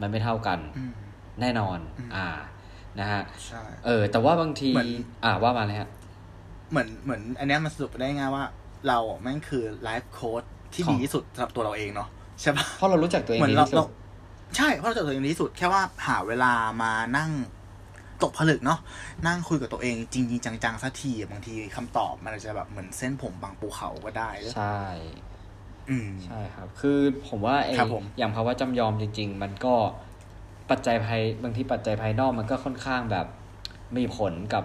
Speaker 2: มันไม่เท่ากัน
Speaker 1: อืม
Speaker 2: แน่นอน
Speaker 1: อืม
Speaker 2: อ่า นะฮะ
Speaker 1: ใช่
Speaker 2: เออ แต่ว่าบางที
Speaker 1: เหมือน
Speaker 2: อ่า ว่ามาเลยฮะ
Speaker 1: เหมือนเหมือน อันเนี้ยมันสรุปได้ง่ายว่า เราอ่ะแม่งคือไลฟ์โค้ดที่
Speaker 2: ของ
Speaker 1: ดีที่สุดสำหรับตัวเราเองเนาะใช่ปะ
Speaker 2: เพราะเรารู้จักตัวเอง
Speaker 1: เหมือน
Speaker 2: ดี
Speaker 1: เรา
Speaker 2: ที่สุ
Speaker 1: เรา
Speaker 2: ด
Speaker 1: ใช่เพราะเราจะตัวเองดีที่สุดแค่ว่าหาเวลามานั่งตกผลึกเนาะนั่งคุยกับตัวเองจริงจริงๆจังๆสักทีบางทีคำตอบมันอาจจะแบบเหมือนเส้นผมบางภูเขาก็ได้
Speaker 2: ใช่
Speaker 1: อืม
Speaker 2: ใช่ครับ คือผมว่าไอ้
Speaker 1: ครับผม
Speaker 2: อย่างภาวะจำยอมจริง ๆ มันก็ปัจจัยภายบางทีปัจจัยภายนอกมันก็ค่อนข้างแบบมีผลกับ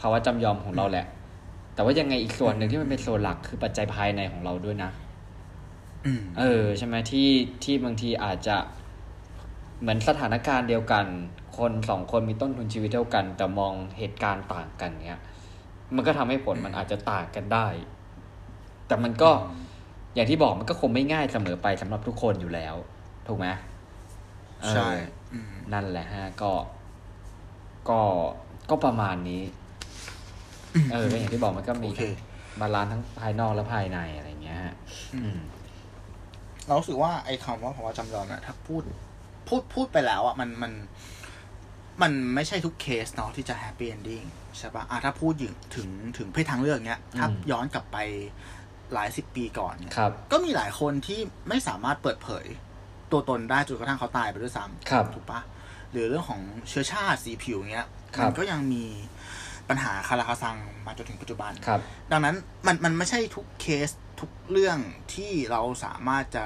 Speaker 2: ภาวะจำยอมของเราแหละ แต่ว่ายังไงอีกส่วนหนึ่งที่มันเป็นส่วนหลักคือปัจจัยภายในของเราด้วยนะ
Speaker 1: อืม
Speaker 2: เออใช่ไหมที่ที่บางทีอาจจะเหมือนสถานการณ์เดียวกัน คนสองคนมีต้นทุนชีวิตเท่ากัน แต่มองเหตุการณ์ต่างกันเนี้ยมันก็ทำให้ผลมันอาจจะต่างกันได้ แต่มันก็อย่างที่บอกมันก็คงไม่ง่ายเสมอไปสำหรับทุกคนอยู่แล้ว ถูกไหมเออ
Speaker 1: ใช่ อืม
Speaker 2: นั่นแหละฮะก็ก็ก็ประมาณนี้ เออก็อย่างที่บอกมันก็มี
Speaker 1: โอเค
Speaker 2: บาลานซ์ทั้งภายนอกและภายในอะไรอย่างเงี้ยฮะอืม
Speaker 1: เรารู้สึกว่าไอ้คำว่าภาวะจำลองเนี่ยถ้าพูดพูดพูดไปแล้วอ่ะมันมัน มันไม่ใช่ทุกเคสเนาะที่จะแฮปปี้เอนดิ้งใช่ปะอ่ะถ้าพูดถึงถึงถึงเพศทางเลือกเนี้ยถ้า
Speaker 2: อืม
Speaker 1: ย้อนกลับไปหลายสิบปีก่อนเนี่ย
Speaker 2: ครับ
Speaker 1: ก็มีหลายคนที่ไม่สามารถเปิดเผย ตัวตนได้จนกระทั่งเขาตายไปด้วยซ้ำ
Speaker 2: ครับ
Speaker 1: ถูกปะหรือเรื่องของเชื้อชาติสีผิวเงี้ย
Speaker 2: ครับ
Speaker 1: มัก็ยังมีปัญหาคาราคาซังมาจนถึงปัจจุบัน
Speaker 2: ครับ
Speaker 1: ดังนั้นมันมันไม่ใช่ทุกเคสทุกเรื่องที่เราสามารถจะ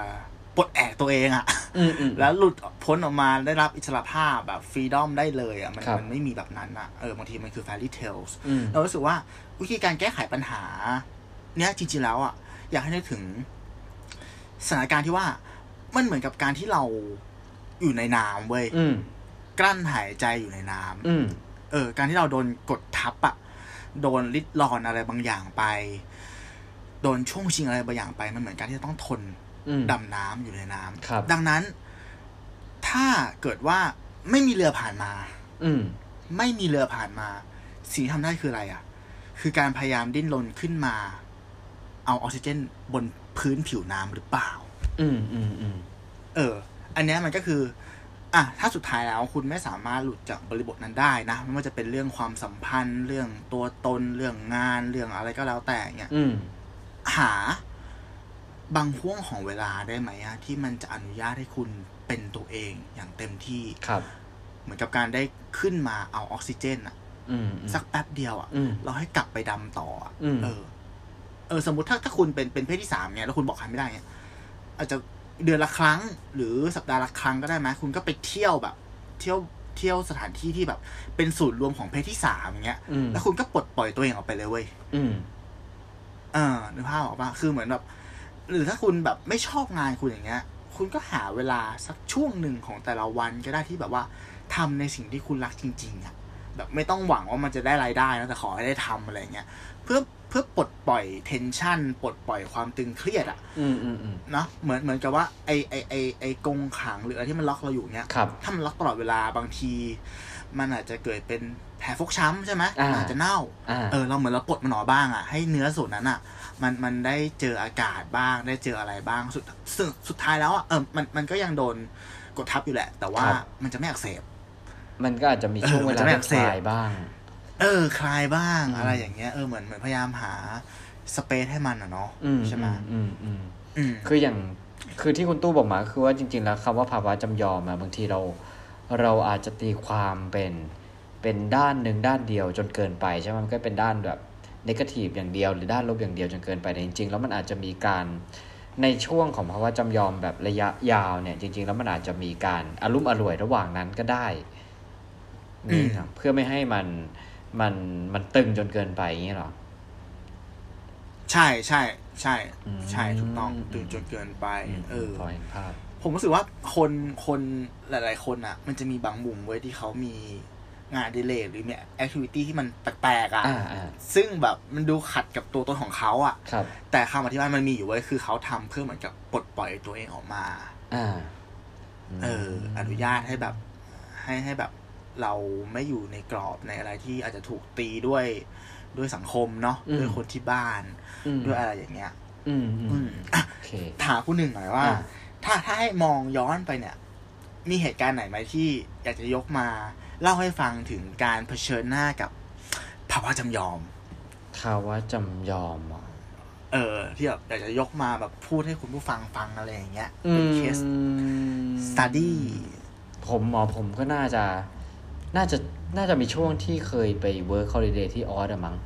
Speaker 1: ปลดแอกตัวเองอะ
Speaker 2: อืมอืม
Speaker 1: แล้วหลุดพ้นออกมาได้รับอิสรภาพแบบฟรีดอมได้เลยอะมัน
Speaker 2: ครับ
Speaker 1: มันไม่มีแบบนั้นอะเออบางทีมันคือแฟรี่เทลส
Speaker 2: อืม
Speaker 1: เรารู้สึกว่าวิธีการแก้ไขปัญหา เนี้ยจริงๆแล้วอ่ะ อยากให้นึกถึงสถานการณ์ที่ว่ามันเหมือนกับการที่เราอยู่ในน้ำเว้ย
Speaker 2: อืม
Speaker 1: กลั้นหายใจอยู่ในน้ำ
Speaker 2: อืม
Speaker 1: เออ การที่เราโดนกดทับอ่ะ โดนลิดรอนอะไรบางอย่างไป โดนช่วงชิงอะไรบางอย่างไป มันเหมือนการที่จะต้องทน
Speaker 2: อืม
Speaker 1: ดำน้ำอยู่ในน้ำ
Speaker 2: ครับ
Speaker 1: ดังนั้นถ้าเกิดว่าไม่มีเรือผ่านมา
Speaker 2: อืม
Speaker 1: ไม่มีเรือผ่านมา สิ่งที่ทำได้คืออะไรอะ่ะ คือการพยายามดิ้นรนขึ้นมา เอาออกซิเจนบนพื้นผิวน้ำหรือเปล่า
Speaker 2: อืมอืมอืม
Speaker 1: เออ อันเนี้ยมันก็คือ อ่ะ ถ้าสุดท้ายแล้วคุณไม่สามารถหลุดจากบริบทนั้นได้นะ ไม่ว่าจะเป็นเรื่องความสัมพันธ์ เรื่องตัวตน เรื่องงาน เรื่องอะไรก็แล้วแต่เนี่ย
Speaker 2: อืม
Speaker 1: หาบางห่วงของเวลาได้ไหมอะที่มันจะอนุญาตให้คุณเป็นตัวเองอย่างเต็มที่
Speaker 2: ครับ
Speaker 1: เหมือนกับการได้ขึ้นมาเอาออกซิเจนอะ
Speaker 2: อืมอืม
Speaker 1: สักแป๊บเดียวอะ
Speaker 2: อืม
Speaker 1: เราให้กลับไปดำต่ออ่ะ
Speaker 2: อืม
Speaker 1: เออ เออ สมมติถ้าถ้าคุณเป็นเป็นเพศที่สามเนี่ยแล้วคุณบอกใครไม่ได้เนี่ยอาจจะเดือนละครั้ง หรือสัปดาห์ละครั้งก็ได้ไหมคุณก็ไปเที่ยวแบบ เที่ยวเที่ยวสถานที่ที่แบบ เป็นศูนย์รวมของเพศที่สามอย่างเงี้ย
Speaker 2: อืม
Speaker 1: แล้วคุณก็ปลดปล่อยตัวเองออกไปเลยเว้ย
Speaker 2: อืม
Speaker 1: เออนึกภาพออกปะคือเหมือนแบบ หรือถ้าคุณแบบไม่ชอบงานคุณอย่างเงี้ย คุณก็หาเวลาสักช่วงหนึ่งของแต่ละวันก็ได้ที่แบบว่าทำในสิ่งที่คุณรักจริงๆอะแบบไม่ต้องหวังว่ามันจะได้รายได้นะแต่ขอให้ได้ทำอะไรเงี้ยเพื่อเพื่อปลดปล่อยเทนชันปลดปล่อยความตึงเครียดอะ
Speaker 2: อืมอืมอืม
Speaker 1: เนาะเหมือนเหมือนกับว่าไอไอไอไอกรงขังหรืออะไรที่มันล็อกเราอยู่เนี้ย
Speaker 2: ครับ
Speaker 1: ถ้ามันล็อกตลอดเวลาบางที มันอาจจะเกิดเป็นแผลฟกช้ำใช่ไหม
Speaker 2: อ่า
Speaker 1: มันอาจจะเน่า
Speaker 2: อ่า
Speaker 1: เออเราเหมือนเราปลดมันออกบ้างอ่ะให้เนื้อส่วนนั้นอ่ะ มันมันได้เจออากาศบ้างได้เจออะไรบ้างสุดซึ่งสุดท้ายแล้วอ่ะเออมันมันก็ยังโดนกดทับอยู่แหละ แต่ว่า
Speaker 2: ครับ
Speaker 1: มันจะไม่อักเสบ
Speaker 2: มันก็อาจจะมีช่วง
Speaker 1: เออ
Speaker 2: เว
Speaker 1: มัน
Speaker 2: ลา
Speaker 1: จะไม่
Speaker 2: ที่
Speaker 1: อักเส
Speaker 2: ค
Speaker 1: บ
Speaker 2: ลายบ้าง
Speaker 1: เออ คลายบ้าง
Speaker 2: อืม
Speaker 1: อะไรอย่างเงี้ยเออเหมือนเหมือนพยายามหาสเปซให้มันอ่ะเนาะ
Speaker 2: อืม
Speaker 1: ใช่ไหม
Speaker 2: อืมอืม
Speaker 1: อืม
Speaker 2: คืออย่างคือที่คุณตู้บอกมาคือว่าจริง ๆ แล้วคำว่าภาวะจำยอมอะบางทีเรา เราอาจจะตีความเป็นเป็นด้านหนึ่งด้านเดียวจนเกินไปใช่ไหมมันก็เป็นด้านแบบนกาทีฟอย่างเดียว หรือด้านลบอย่างเดียวจนเกินไปแต่จริง ๆ แล้วมันอาจจะมีการในช่วงของภาวะจำยอมแบบระยะยาวเนี่ยจริง ๆ แล้วมันอาจจะมีการอารุ่มอร่วยระหว่างนั้นก็ได้
Speaker 1: อืม
Speaker 2: นี่ครับเพื่อไม่ให้มันมันมันตึงจนเกินไปอย่างนี้เหรอ
Speaker 1: ใช่ใช่ใช่
Speaker 2: อืม
Speaker 1: ใช่ถูกต้องตื่นจนเกินไป เออ
Speaker 2: พอเห็นภาพ
Speaker 1: ผมรู้สึกว่าคนคนหลาย ๆ คนอ่ะ มันจะมีบางมุมไว้ยที่เขามีงานอดิเลกหรือมีแอคทิวิตี้ที่มันแปลกๆอ่ะ
Speaker 2: อ่าอ่า
Speaker 1: ซึ่งแบบมันดูขัดกับตัวตนของเขาอะ
Speaker 2: ครับ
Speaker 1: แต่คำอธิบายมันมีอยู่ไว้ยคือเขาทำเพื่อเหมือนกับปลดปล่อยตัวเองออกมา
Speaker 2: อ่า
Speaker 1: เออ อนุญาตให้แบบให้ให้แบบเราไม่อยู่ในกรอบในอะไรที่อาจจะถูกตีด้วยด้วยสังคมเนาะด้วยคนที่บ้าน
Speaker 2: อืม
Speaker 1: ด้วยอะไรอย่างเงี้ย
Speaker 2: อืมอื
Speaker 1: อื
Speaker 2: ม
Speaker 1: มอ่ะ
Speaker 2: โอเค
Speaker 1: ถามคุณหนึ่งหน่อยว่า
Speaker 2: อ่ะ
Speaker 1: ถ้าถ้าให้มองย้อนไปเนี่ย มีเหตุการณ์ไหนไหมที่อยากจะยกมา เล่าให้ฟังถึงการเผชิญหน้ากับภาวะจำยอม
Speaker 2: ภาวะจำยอมเหรอ
Speaker 1: เออที่แบบอยากจะยกมาแบบพูดให้คุณผู้ฟังฟังอะไรอย่างเงี้ย
Speaker 2: อื
Speaker 1: เป็น
Speaker 2: ม
Speaker 1: เคสสตัดดี้
Speaker 2: ผมหมอผมก็น่าจะ น่าจะน่าจะมีช่วงที่เคยไปเวิร์คฮอลิเดย์ที่ออสอะมั้ง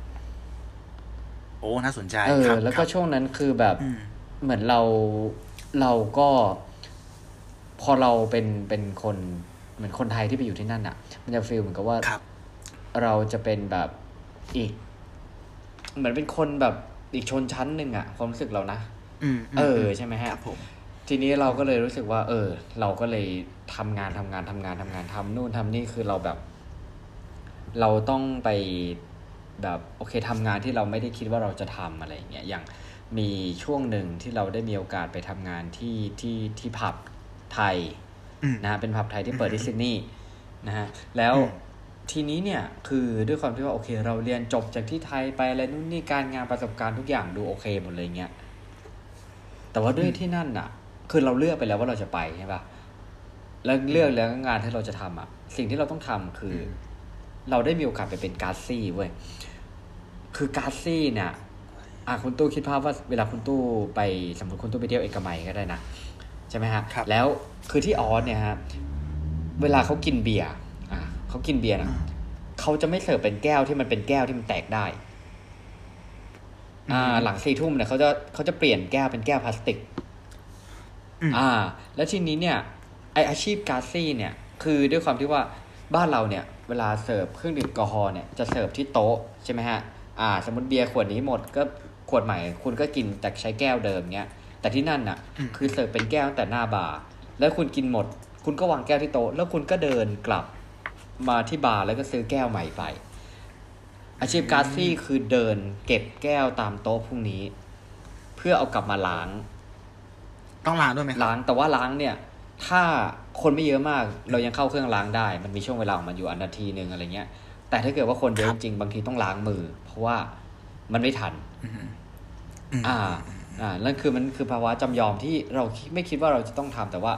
Speaker 1: โอ้น่าสนใจ
Speaker 2: เออ
Speaker 1: ครับ
Speaker 2: แล้วก็
Speaker 1: ครับ
Speaker 2: ช่วงนั้นคือแบบ
Speaker 1: อืม
Speaker 2: เหมือนเราเราก็ พอเราเป็นเป็นคนเหมือนคนไทยที่ไปอยู่ที่นั่นอ่ะ มันจะฟีลเหมือนกับว่า
Speaker 1: ครับ
Speaker 2: เราจะเป็นแบบอีก เหมือนเป็นคนแบบอีกชนชั้นหนึ่งอะความรู้สึกเรานะ
Speaker 1: อืมม
Speaker 2: เออใช่ไหมฮะ
Speaker 1: ครับผม
Speaker 2: ทีนี้เราก็เลยรู้สึกว่า เออ เราก็เลยทำงานทำงานทำงานทำงานทำนู่นทำนี่คือเราแบบ เราต้องไปแบบโอเคทำงานที่เราไม่ได้คิดว่าเราจะทำอะไรอย่างเงี้ยอย่างมีช่วงหนึ่งที่เราได้มีโอกาสไปทำงานที่ที่ที่ผับไทย
Speaker 1: อืม
Speaker 2: นะฮะเป็นผับไทยที่เปิดที่ซิดนีย์นะฮะแล้ว
Speaker 1: อืม
Speaker 2: ทีนี้เนี่ยคือด้วยความที่ว่าโอเค เราเรียนจบจากที่ไทยไปอะไรนู่นนี่การงานประสบการณ์ทุกอย่างดูโอเคหมดเลยเงี้ยแต่ว่าด้วยที่นั่นน่ะ คือเราเลือกไปแล้วว่าเราจะไปใช่ปะแล้วเลือกแล้วงานที่เราจะทำอ่ะ สิ่งที่เราต้องทำคืออเราได้มีโอกาสไปเป็นการดซี่เว้ยคือการดซี่เนี่ยอ่ะคุณตู้คิดภาพว่าเวลาคุณตู้ไปสมมติคุณตู้ไปเที่ยวเอกมัยก็ได้นะ ใช่ไหมฮะ
Speaker 1: ครับ
Speaker 2: แล้วคือที่ออสเนี่ยฮะ เวลาเขากินเบียร์อ่ะเขากินเบียร์นะ
Speaker 1: อ่า
Speaker 2: เขาจะไม่เสิร์ฟเป็นแก้วที่มันเป็นแก้วที่มันแตกได้ อ่า
Speaker 1: อืม
Speaker 2: หลังสี่ทุ่มเนี่ยเขาจะเขาจะเปลี่ยนแก้วเป็นแก้วพลาสติก
Speaker 1: อืม
Speaker 2: อ่า แล้วทีนี้เนี่ยไออาชีพการ์ซี่เนี่ย คือด้วยความที่ว่าบ้านเราเนี่ย เวลาเสิร์ฟเครื่องดื่มแอลกอฮอล์เนี่ยจะเสิร์ฟที่โต๊ะใช่ไหมฮะ อ่า สมมติเบียร์ขวดนี้หมดก็ขวดใหม่ คุณก็กินแต่ใช้แก้วเดิมเนี้ย แต่ที่นั่นน่ะ
Speaker 1: อืม
Speaker 2: คือเสิร์ฟเป็นแก้วตั้งแต่หน้าบาร์แล้วคุณกินหมด คุณก็วางแก้วที่โต๊ะแล้วคุณก็เดินกลับมาที่บาร์แล้วก็ซื้อแก้วใหม่ไป อาชีพการ์ดซี่คือเดินเก็บแก้วตามโต๊ะพวกนี้ เพื่อเอากลับมาล้าง
Speaker 1: ต้องล้างด้วยไหมครับ
Speaker 2: ล้างแต่ว่าล้างเนี่ย ถ้าคนไม่เยอะมากเรายังเข้าเครื่องล้างได้ มันมีช่วงเวลาของมันอยู่อันนาทีหนึ่งอะไรเงี้ย แต่ถ้าเกิดว่าคนเยอะจริงๆบางทีต้องล้างมือ เพราะว่ามันไม่ทัน
Speaker 1: อืมอืม
Speaker 2: อ่า อ่า นั่นคือมันคือภาวะจำยอมที่เราคิดไม่คิดว่าเราจะต้องทำแต่ว่า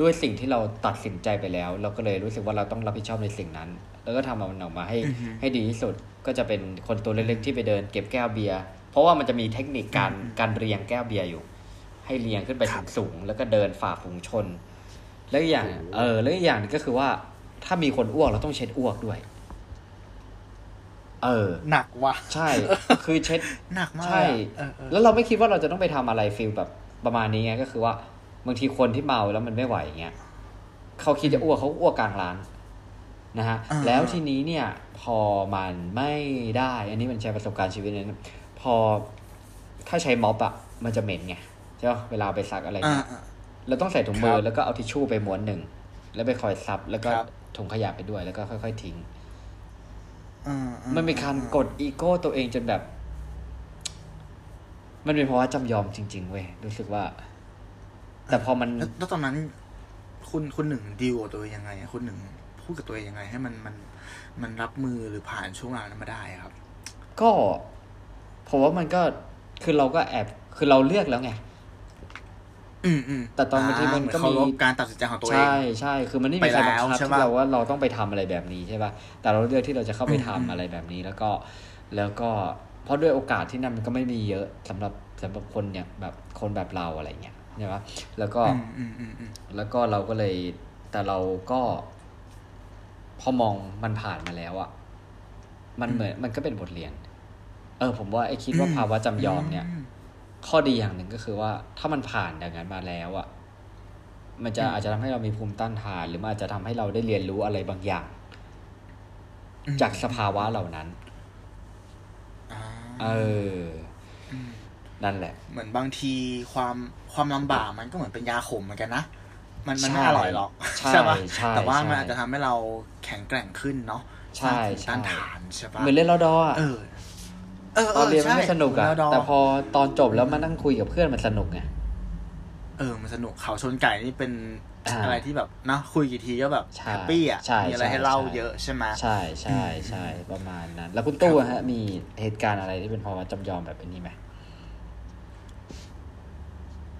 Speaker 2: ด้วยสิ่งที่เราตัดสินใจไปแล้ว เราก็เลยรู้สึกว่าเราต้องรับผิดชอบในสิ่งนั้น แล้วก็ทำมันออกมาให้ให้ดีที่สุด ก็จะเป็นคนตัวเล็กๆที่ไปเดินเก็บแก้วเบียร์ เพราะว่ามันจะมีเทคนิคการการเรียงแก้วเบียร์อยู่ ให้เรียงขึ้นไปสูงๆแล้วก็เดินฝ่าฝูงชน แล้วอีกอย่าง เออ แล้วอีกอย่างหนึ่งก็คือว่าถ้ามีคนอ้วกเราต้องเช็ดอ้วกด้วย เออ
Speaker 1: หนักว่ะ
Speaker 2: ใช่ คือเช็ด
Speaker 1: หนักมาก
Speaker 2: ใช่
Speaker 1: เออเออ
Speaker 2: แล้วเราไม่คิดว่าเราจะต้องไปทำอะไรฟิลแบบประมาณนี้ไงก็คือว่าบางทีคนที่เมาแล้วมันไม่ไหวอย่างเงี้ยเขาคิดจะอ้วกเขาอ้วกกลางร้านนะฮะ
Speaker 1: อ่า
Speaker 2: แล้วทีนี้เนี่ย พอมันไม่ได้ อันนี้มันใช้ประสบการณ์ชีวิตนั้นพอถ้าใช้ม็อบอะมันจะเหม็นไงใช่ปะเวลาไปซักอะไร
Speaker 1: อ่า
Speaker 2: เงี้ย
Speaker 1: อ่า
Speaker 2: เราต้องใส่ถุงมื
Speaker 1: ค
Speaker 2: อ
Speaker 1: รับ
Speaker 2: แล้วก็เอาทิชชู่ไปม้วนหนึ่งแล้วไปคอยซับแล้วก็
Speaker 1: ครับ
Speaker 2: ถุงขยะไปด้วยแล้วก็ค่อย ๆ ทิ้ง
Speaker 1: อ่าอ่า
Speaker 2: มันเป็นการกดอีโก้ตัวเองจนแบบ มันเป็นเพราะว่าจำยอมจริง ๆ เว้ย รู้สึกว่า แต่พอมัน
Speaker 1: แล้วแล้วตอนนั้น คุณคุณหนึ่งดีลกับตัวเองยังไงอะคุณหนึ่งพูดกับตัวเองยังไง ให้มันมันมันรับมือหรือผ่านช่วงเวลานั้นมาได้อะครับ
Speaker 2: ก็ผมว่ามันก็คือเราก็แอบคือเราเลือกแล้วไง
Speaker 1: อืมอืม
Speaker 2: แต่ตอนบางทีมัน
Speaker 1: เหอ
Speaker 2: ก็มี
Speaker 1: เคารพการตัดสินใจของตัวเอง
Speaker 2: ใช่ใช่คือมันไม่มีใคร
Speaker 1: ไป
Speaker 2: บังคับ
Speaker 1: แล้วใช่
Speaker 2: ที่
Speaker 1: ปะ
Speaker 2: เราว่าเราต้องไปทำอะไรแบบนี้ใช่ป่ะแต่เราเลือกที่เราจะเข้าไปทำอะไรแบบนี้ แล้วก็แล้วก็เพราะด้วยโอกาสที่นั่นมันก็ไม่มีเยอะสำหรับสำหรับคนอย่างแบบคนแบบเราอะไรเงี้ยใช่ป่ะแล้วก็
Speaker 1: อืมอืมอืมอืม
Speaker 2: แล้วก็เราก็เลยแต่เราก็พอมองมันผ่านมาแล้วอะมันเหมือนมันก็เป็นบทเรียน เออ ผมว่าไอ้คิดว่าภาวะจำยอมเนี่ย
Speaker 1: อืม
Speaker 2: ข้อดีอย่างหนึ่งก็คือว่าถ้ามันผ่านอย่างนั้นมาแล้วอะมันจะ
Speaker 1: อืม
Speaker 2: อาจจะทำให้เรามีภูมิต้านทาน หรือมันอาจจะทำให้เราได้เรียนรู้อะไรบางอย่าง
Speaker 1: อืม
Speaker 2: จากสภาวะเหล่านั้น
Speaker 1: อ่า
Speaker 2: เออ
Speaker 1: ม
Speaker 2: นั่นแหละ
Speaker 1: เหมือนบางทีความความลำบากมันก็เหมือนเป็นยาขมเหมือนกันนะ มันมัน
Speaker 2: ใช่
Speaker 1: ไม่อร่อยหรอก
Speaker 2: ใช่
Speaker 1: ปะ
Speaker 2: ใช่
Speaker 1: แต่ว่า
Speaker 2: ใช่
Speaker 1: มันอาจจะทำให้เราแข็งแกร่งขึ้นเนาะ
Speaker 2: ใช่
Speaker 1: สร้างภูมิต้านทาน
Speaker 2: ใช่
Speaker 1: ใช่ปะ
Speaker 2: เหมือนเล่นลอดออะ
Speaker 1: เออ เออ
Speaker 2: ตอนเรียนมัน
Speaker 1: ใช่
Speaker 2: ไม่สนุกอะ
Speaker 1: แล้วด
Speaker 2: แต่พอตอนจบแล้วมานั่งคุยกับเพื่อนมันสนุกไง
Speaker 1: เออมันสนุกเขาชนไก่นี่เป็น
Speaker 2: อ่า
Speaker 1: อะไรที่แบบนะคุยกี่ทีก็แบบ
Speaker 2: ใช่
Speaker 1: แฮปปี้อ่ะ
Speaker 2: ใช่
Speaker 1: มีอะไร
Speaker 2: ใช่
Speaker 1: ให้เล่า
Speaker 2: ใช่
Speaker 1: เยอะใช่ไหม
Speaker 2: ใช่ใช่ใช่ประมาณนั้น แล้วคุณตู้อะฮะ มีเหตุการณ์อะไรที่เป็นภาวะจำยอมแบบนี้ไหม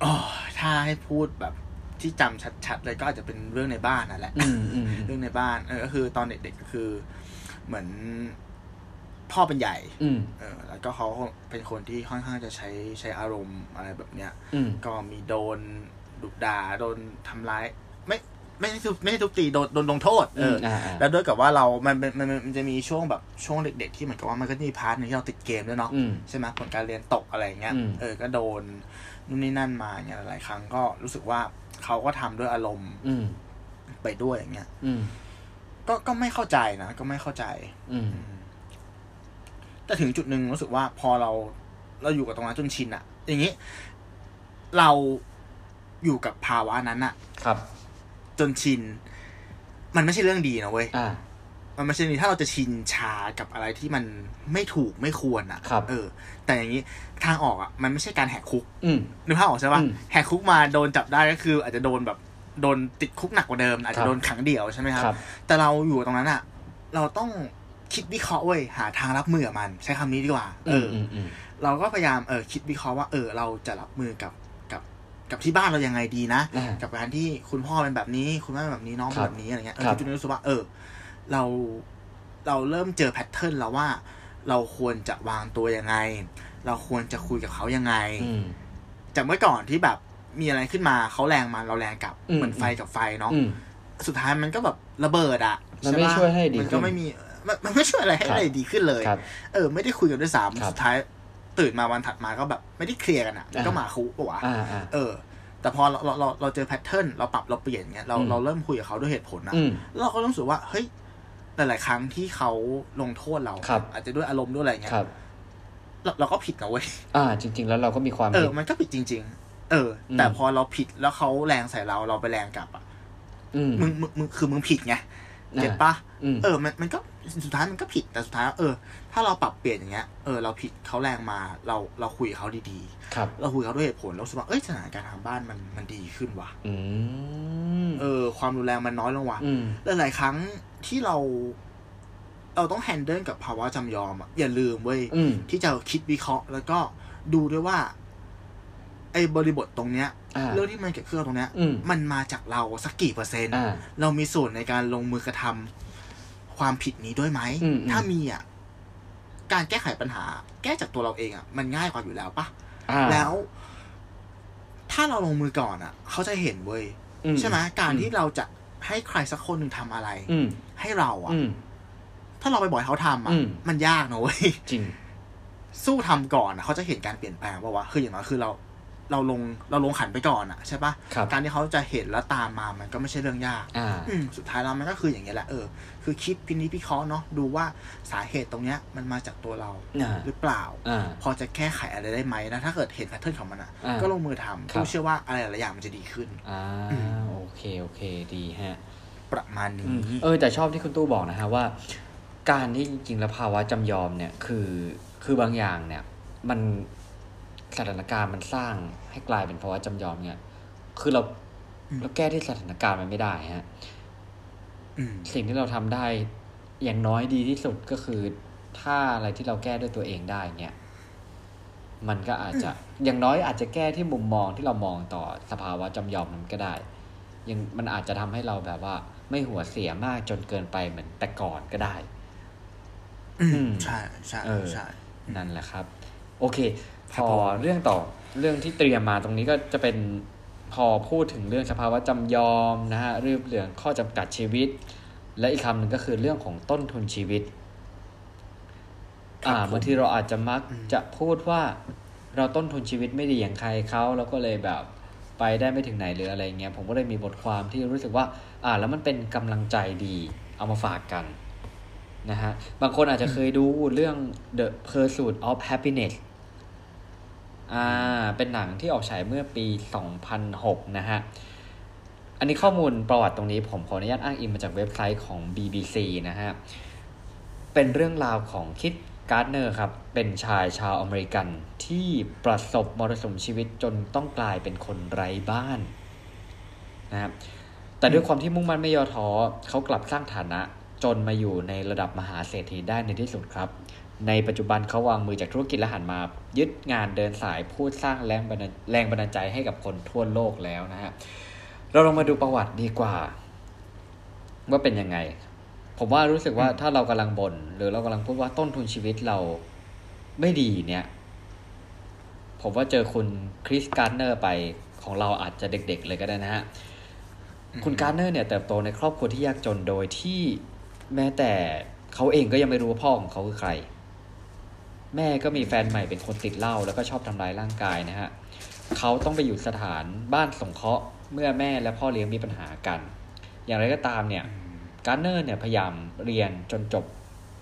Speaker 1: อ๋อถ้าให้พูดแบบที่จำชัดๆ เลยก็อาจจะเป็นเรื่องในบ้านนั่นแหละ
Speaker 2: อืมอืมอืม
Speaker 1: เรื่องในบ้านเออก็คือตอนเด็กๆก็คือ เหมือนพ่อเป็นใหญ่
Speaker 2: อืม
Speaker 1: เออแล้วก็เขาเป็นคนที่ค่อนข้างจะใช้ใช้อารมณ์อะไรแบบเนี้ย
Speaker 2: อืม
Speaker 1: ก็มีโดนดุด่าโดนทำร้าย ไม่ไม่ได้ทุบไม่ได้ทุบตีโดนโดนลงโทษเอออ
Speaker 2: มอ่าอ่า
Speaker 1: แล้วด้วยกับว่าเรา มันเป็นมันมันมันจะมีช่วงแบบช่วงเด็ก ๆ ที่เหมือนกับว่ามันก็จะมีพาร์ทหนึงที่เราติดเกมด้วยเนาะ
Speaker 2: อืม
Speaker 1: ใช่ไหมผลการเรียนตกอะไรอย่างเงี้ย
Speaker 2: อืม
Speaker 1: เออก็โดนนู่นนี่นั่นมาอย่างเงี้ยหลายครั้งก็รู้สึกว่าเขาก็ทำด้วยอารมณ์
Speaker 2: อืม
Speaker 1: ไปด้วยอย่างเงี้ย
Speaker 2: อืม
Speaker 1: ก็ก็ไม่เข้าใจนะก็ไม่เข้าใจ
Speaker 2: อืม
Speaker 1: แต่ถึงจุดหนึ่งรู้สึกว่าพอเราเราอยู่กับตรงนั้นจนชินอะอย่างนี้ เราอยู่กับภาวะนั้นอะ
Speaker 2: ครับ
Speaker 1: จนชิน มันไม่ใช่เรื่องดีนะเว้ย
Speaker 2: อ่า
Speaker 1: มันไม่ใช่ดีถ้าเราจะชินชากับอะไรที่มันไม่ถูกไม่ควรอะ
Speaker 2: ครับ
Speaker 1: เออ แต่อย่างนี้ทางออกอะมันไม่ใช่การแหกคุก
Speaker 2: อืม
Speaker 1: นึกภาพออกใช่ปะ
Speaker 2: อืม
Speaker 1: แหกคุกมาโดนจับได้ก็คือ อาจจะโดนแบบโดนติดคุกหนักกว่าเดิม อาจ
Speaker 2: ครั
Speaker 1: จะ
Speaker 2: บ
Speaker 1: โดนขังเดี่ยวใช่ไหมครับ
Speaker 2: ครับ
Speaker 1: แต่เราอยู่ตรงนั้นอะเราต้องคิดวิเคราะห์เว้ยหาทางรับมือกับมัน ใช้คำนี้ดีกว่าเอ
Speaker 2: อืม
Speaker 1: ออ
Speaker 2: อืมอืม
Speaker 1: เราก็พยายามเออคิดวิเคราะห์ว่าเออเราจะรับมือกับกับกับที่บ้านเรายังไงดีนะ
Speaker 2: อ่ากั
Speaker 1: กับการที่คุณพ่อเป็นแบบนี้ คุณแม่เป็นแบบนี้น้องเป็น
Speaker 2: ครับ
Speaker 1: แบบนี้อะไรเงี้ยเอ
Speaker 2: ครั
Speaker 1: อบ จุดนี้รู้สึกว่าเออ เราเราเริ่มเจอแพทเทิร์นแล้วว่า เราควรจะวางตัวยังไง เราควรจะคุยกับเขายังไง
Speaker 2: อืม
Speaker 1: จากเมื่อก่อนที่แบบมีอะไรขึ้นมาเขาแรงมาเราแรงกลับ
Speaker 2: อืม
Speaker 1: เหมือนไฟกับไฟเนาะ
Speaker 2: อืม
Speaker 1: สุดท้ายมันก็แบบระเบิดอะ
Speaker 2: มันไม่
Speaker 1: ใปะ
Speaker 2: ช่วยให้ดี
Speaker 1: มัน
Speaker 2: ขึ้
Speaker 1: ก็
Speaker 2: น
Speaker 1: ไม่มีมันมันไม่ช่วยอะไรให้
Speaker 2: ครับ
Speaker 1: อะไรดีขึ้นเลย
Speaker 2: ครับ
Speaker 1: เออไม่ได้คุยกันด้วย
Speaker 2: ครั
Speaker 1: ซ้ำ
Speaker 2: บ
Speaker 1: สุดท้ายตื่นมาวันถัดมาก็แบบไม่ได้เคลียร์กันอ่ะมันก็
Speaker 2: อ่า
Speaker 1: มาคุปะวะ
Speaker 2: อ่าอ่า
Speaker 1: เออ แต่พอเราเราเราเราเจอแพทเทิร์นเราปรับเราเปลี่ยนเงี้ยเรา
Speaker 2: อืม
Speaker 1: เราเริ่มคุยกับเขาด้วยเหตุผลนะ
Speaker 2: อืม
Speaker 1: เราก็รู้สึกว่าเฮ้ยหลาย ๆ ครั้งที่เขาลงโทษเรา
Speaker 2: ครับ
Speaker 1: อาจจะด้วยอารมณ์ด้วยอะไรเงี้ย
Speaker 2: ครับ
Speaker 1: เราเราก็ผิดนะเว้ย
Speaker 2: อ่า จริง ๆ แล้วเราก็มีความ
Speaker 1: เอ
Speaker 2: ผิ
Speaker 1: อ
Speaker 2: ด
Speaker 1: มันก็ผิดจริง ๆ เออ แต่
Speaker 2: อืม
Speaker 1: พอเราผิดแล้วเขาแรงใส่เราเราไปแรงกลับอ่ะ
Speaker 2: อืม
Speaker 1: มึงมึงมึงคือมึงผิดไง
Speaker 2: อ่า
Speaker 1: เก็ตปะ
Speaker 2: อืม
Speaker 1: เออมันมันก็ สุดท้ายมันก็ผิดแต่สุดท้ายเออ ถ้าเราปรับเปลี่ยนอย่างเงี้ยเออเราผิดเขาแรงมาเราเราคุยกับเขาดี
Speaker 2: ครับ
Speaker 1: ๆ เราคุยกับเขาด้วยเหตุผลเรารู้สึกว่าเอ้ยสถานการณ์ทางบ้านมันมันดีขึ้นว่ะ
Speaker 3: อืม
Speaker 1: เออความรุนแรงมันน้อยลงว่ะ
Speaker 2: อืม
Speaker 1: หลายๆครั้งที่เรา เราต้องแฮนเดิลกับภาวะจำยอมอะอย่าลืมเว้ย
Speaker 2: อืม
Speaker 1: ที่จะคิดวิเคราะห์ แล้วก็ดูด้วยว่า ไอ้บริบทตรงเนี้ย
Speaker 2: อ่า
Speaker 1: เรื่องที่มันเกิดขึ้นตรงเนี้ย
Speaker 2: อืม
Speaker 1: มันมาจากเราสักกี่เปอร์เซ็นต์
Speaker 2: อ่า
Speaker 1: เรามีส่วนในการลงมือกระทำความผิดนี้ด้วยไหม
Speaker 2: อืมอืม
Speaker 1: ถ้ามีอ่ะ การแก้ไขปัญหา แก้จากตัวเราเองอ่ะ มันง่ายกว่าอยู่แล้วปะ
Speaker 2: อ่า
Speaker 1: แล้ว ถ้าเราลงมือก่อนอ่ะ เขาจะเห็นเว้ย
Speaker 2: อื
Speaker 1: ใช่ไหมการที่เราจะให้ใครสักคนหนึ่งทำอะไร
Speaker 2: อืม
Speaker 1: ให้เราอ่ะ
Speaker 2: อืม
Speaker 1: ถ้าเราไปบ่อยเขาทำ
Speaker 2: อื
Speaker 1: อ่ะ
Speaker 2: ม
Speaker 1: มันยากนะเว้ย [laughs]
Speaker 2: จริง
Speaker 1: สู้ทำก่อนอะเขาจะเห็นการเปลี่ยนแปลงป่าวะคืออย่างน้อยคือเราเราลงเราลงขันไปก่อนอะใช่ปะ
Speaker 2: ครับ
Speaker 1: การที่เขาจะเห็นแล้วตามมามันก็ไม่ใช่เรื่องยาก
Speaker 2: อ่า
Speaker 1: อืมสุดท้ายแล้วมันก็คืออย่างเงี้ยแหละเออคือคิดพินิจพิเคราะห์เนาะดูว่าสาเหตุตรงเนี้ยมันมาจากตัวเรา
Speaker 2: อ่า
Speaker 1: หรือเปล่า
Speaker 2: อ่า
Speaker 1: พอจะแก้ไขอะไรได้ไหมนะถ้าเกิดเห็นแพทเทิร์นของมันอะ
Speaker 2: อ่า
Speaker 1: ก็ลงมือทำ
Speaker 2: ครับ
Speaker 1: กูเชื่อว่าอะไรหลายๆอย่างมันจะดีขึ้น
Speaker 2: อ่า
Speaker 1: อืม
Speaker 2: โอเค โอเค ดีฮะ
Speaker 1: ประมาณ
Speaker 2: อื
Speaker 1: นี้
Speaker 2: มเออแต่ชอบที่คุณตู้บอกนะฮะว่า การที่จริงๆแล้วภาวะจำยอมเนี่ยคือคือบางอย่างเนี่ย มันสถานการณ์มันสร้างให้กลายเป็นภาวะจำยอมเนี่ย คือเราเราแก้ที่สถานการณ์มันไม่ได้ฮะ
Speaker 1: อืม
Speaker 2: สิ่งที่เราทำได้อย่างน้อยดีที่สุดก็คือ ถ้าอะไรที่เราแก้ด้วยตัวเองได้เนี่ย มันก็อาจจะอย่างน้อยอาจจะแก้ที่มุมมองที่เรามองต่อสภาวะจำยอมนั้นก็ได้ยังมันอาจจะทำให้เราแบบว่า ไม่หัวเสียมากจนเกินไปเหมือนแต่ก่อนก็ได้
Speaker 1: อื
Speaker 2: อื
Speaker 1: ม
Speaker 2: ม
Speaker 1: ใช่ใช่
Speaker 2: เออ
Speaker 1: ใช่
Speaker 2: นั่นแหละครับ โอเค พ
Speaker 1: ครับ
Speaker 2: อ
Speaker 1: ผม
Speaker 2: เรื่องต่อเรื่องที่เตรียมมาตรงนี้ก็จะเป็นพอพูดถึงเรื่องสภาวะจำยอมนะฮะเรื่องเรื่องข้อจำกัดชีวิต และอีกคำหนึ่งก็คือเรื่องของต้นทุนชีวิต อ่าบางทีเราอาจจะมักจะพูดว่าเราต้นทุนชีวิตไม่ดีอย่างใครเขาแล้วก็เลยแบบไปได้ไม่ถึงไหนหรืออะไรเงี้ยผมก็เลยมีบทความที่รู้สึกว่า อ่านแล้วมันเป็นกำลังใจดีเอามาฝากกันนะฮะบางคนอาจจะเคยดูเรื่อง The Pursuit of Happiness อ่าเป็นหนังที่ออกฉายเมื่อปี 2006 นะฮะ อันนี้ข้อมูลประวัติตรงนี้ผมขออนุญาตอ้างอิงมาจากเว็บไซต์ของ BBC นะฮะ เป็นเรื่องราวของคิดการ์ดเนอร์ครับ เป็นชายชาวอเมริกันที่ประสบมรสุมชีวิตจนต้องกลายเป็นคนไร้บ้านนะครับ แต่ด้วยความที่มุ่งมั่นไม่ย่อท้อเขากลับสร้างฐานะจนมาอยู่ในระดับมหาเศรษฐีได้ในที่สุดครับ ในปัจจุบันเขาวางมือจากธุรกิจและหันมา ยึดงานเดินสายพูดสร้างแรงบันดาลแรงบันดาลใจให้กับคนทั่วโลกแล้วนะฮะ เราลองมาดูประวัติดีกว่า ว่าเป็นยังไง ผมว่ารู้สึกว่าถ้าเรากำลังบน่นหรือเรากำลังพูดว่าต้นทุนชีวิตเราไม่ดีเนี่ย ผมว่าเจอคุณคริสการ์เนอร์ไปของเราอาจจะเด็ก ๆ เลยก็ได้นะฮะ คุณการ์เนอร์เนี่ยเติบโตในครอบครัวที่ยากจนโดยที่แม้แต่เขาเองก็ยังไม่รู้ว่าพ่อของเขาคือใคร แม่ก็มีแฟนใหม่เป็นคนติดเหล้าแล้วก็ชอบทำร้ายร่างกายนะฮะเขาต้องไปอยู่สถานบ้านสงเคราะห์เมื่อแม่และพ่อเลี้ยงมีปัญหากัน อย่างไรก็ตามเนี่ย การ์เนอร์เนี่ยพยายามเรียนจนจบ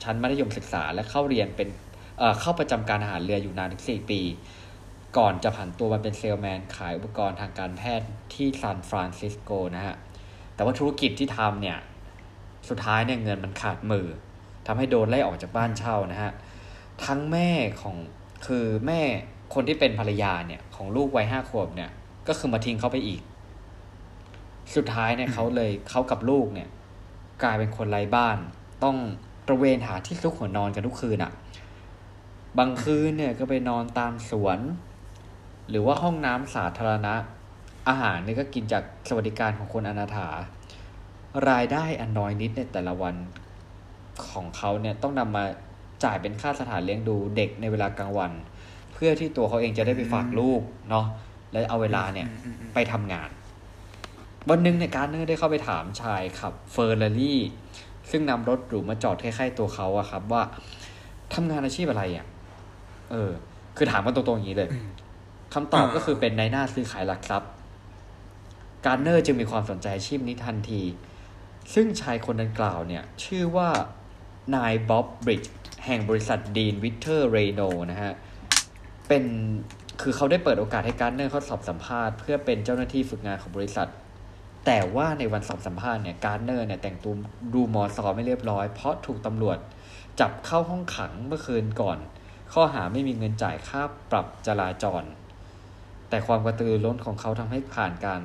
Speaker 2: ชั้นมัธยมศึกษาและเข้าเรียนเป็นเอ่อเข้าประจำการอาหารเรืออยู่นานถึง 4 ปี ก่อนจะผันตัวมาเป็นเซลแมน ขายอุปกรณ์ทางการแพทย์ที่ซานฟรานซิสโกนะฮะ แต่ว่าธุรกิจที่ทำเนี่ย สุดท้ายเนี่ยเงินมันขาดมือทำให้โดนไล่ออกจากบ้านเช่านะฮะ ทั้งแม่ของคือแม่คนที่เป็นภรรยาเนี่ย ของลูกวัยห้าขวบเนี่ย ก็คือมาทิ้งเขาไปอีก สุดท้ายเนี่ยเขาเลยเขากับลูกเนี่ย กลายเป็นคนไร้บ้าน ต้องตระเวนหาที่ซุกหัวนอนกันทุกคืนอะ่ะ บางคืนเนี่ยก็ไปนอนตามสวน หรือว่าห้องน้ำสาธารณะ อาหารเนี่ยก็กินจากสวัสดิการของคนอนาถารายได้อันน้อยนิดในแต่ละวันของเขาเนี่ยต้องนำมาจ่ายเป็นค่าสถานเลี้ยงดูเด็กในเวลากลางวัน เพื่อที่ตัวเขาเองจะได้ไปฝากลูกเนาะและเอาเวลาเนี่ย
Speaker 1: อืมอืม
Speaker 2: ไปทำงาน วันหนึ่งเนี่ยการ์เนอร์ได้เข้าไปถามชายขับเฟอร์รารี่ ซึ่งนำรถหรูมาจอดใกล้ๆตัวเขาอะครับ ว่าทำงานอาชีพอะไรอะเออ คือถามกันตรงๆอย่างนี้เลยคำตอบก็คือเป็นนายหน้าซื้อขายหลักทรัพย์ การเนอร์จึงมีความสนใจอาชีพนี้ทันที ซึ่งชายคนดังกล่าวเนี่ย ชื่อว่านายบ๊อบบริดจ์แห่งบริษัทดีนวิเทอร์เรโนนะฮะ เป็นคือเขาได้เปิดโอกาสให้การเนอร์เขาสอบสัมภาษณ์เพื่อเป็นเจ้าหน้าที่ฝึกงานของบริษัท แต่ว่าในวันสอบสัมภาษณ์เนี่ยการ์เนอร์เนี่ยแต่งตัวดูมอซอไม่เรียบร้อย เพราะถูกตำรวจจับเข้าห้องขังเมื่อคืนก่อน ข้อหาไม่มีเงินจ่ายค่าปรับจราจร แต่ความกระตือรือร้นของเขาทำให้ผ่านการ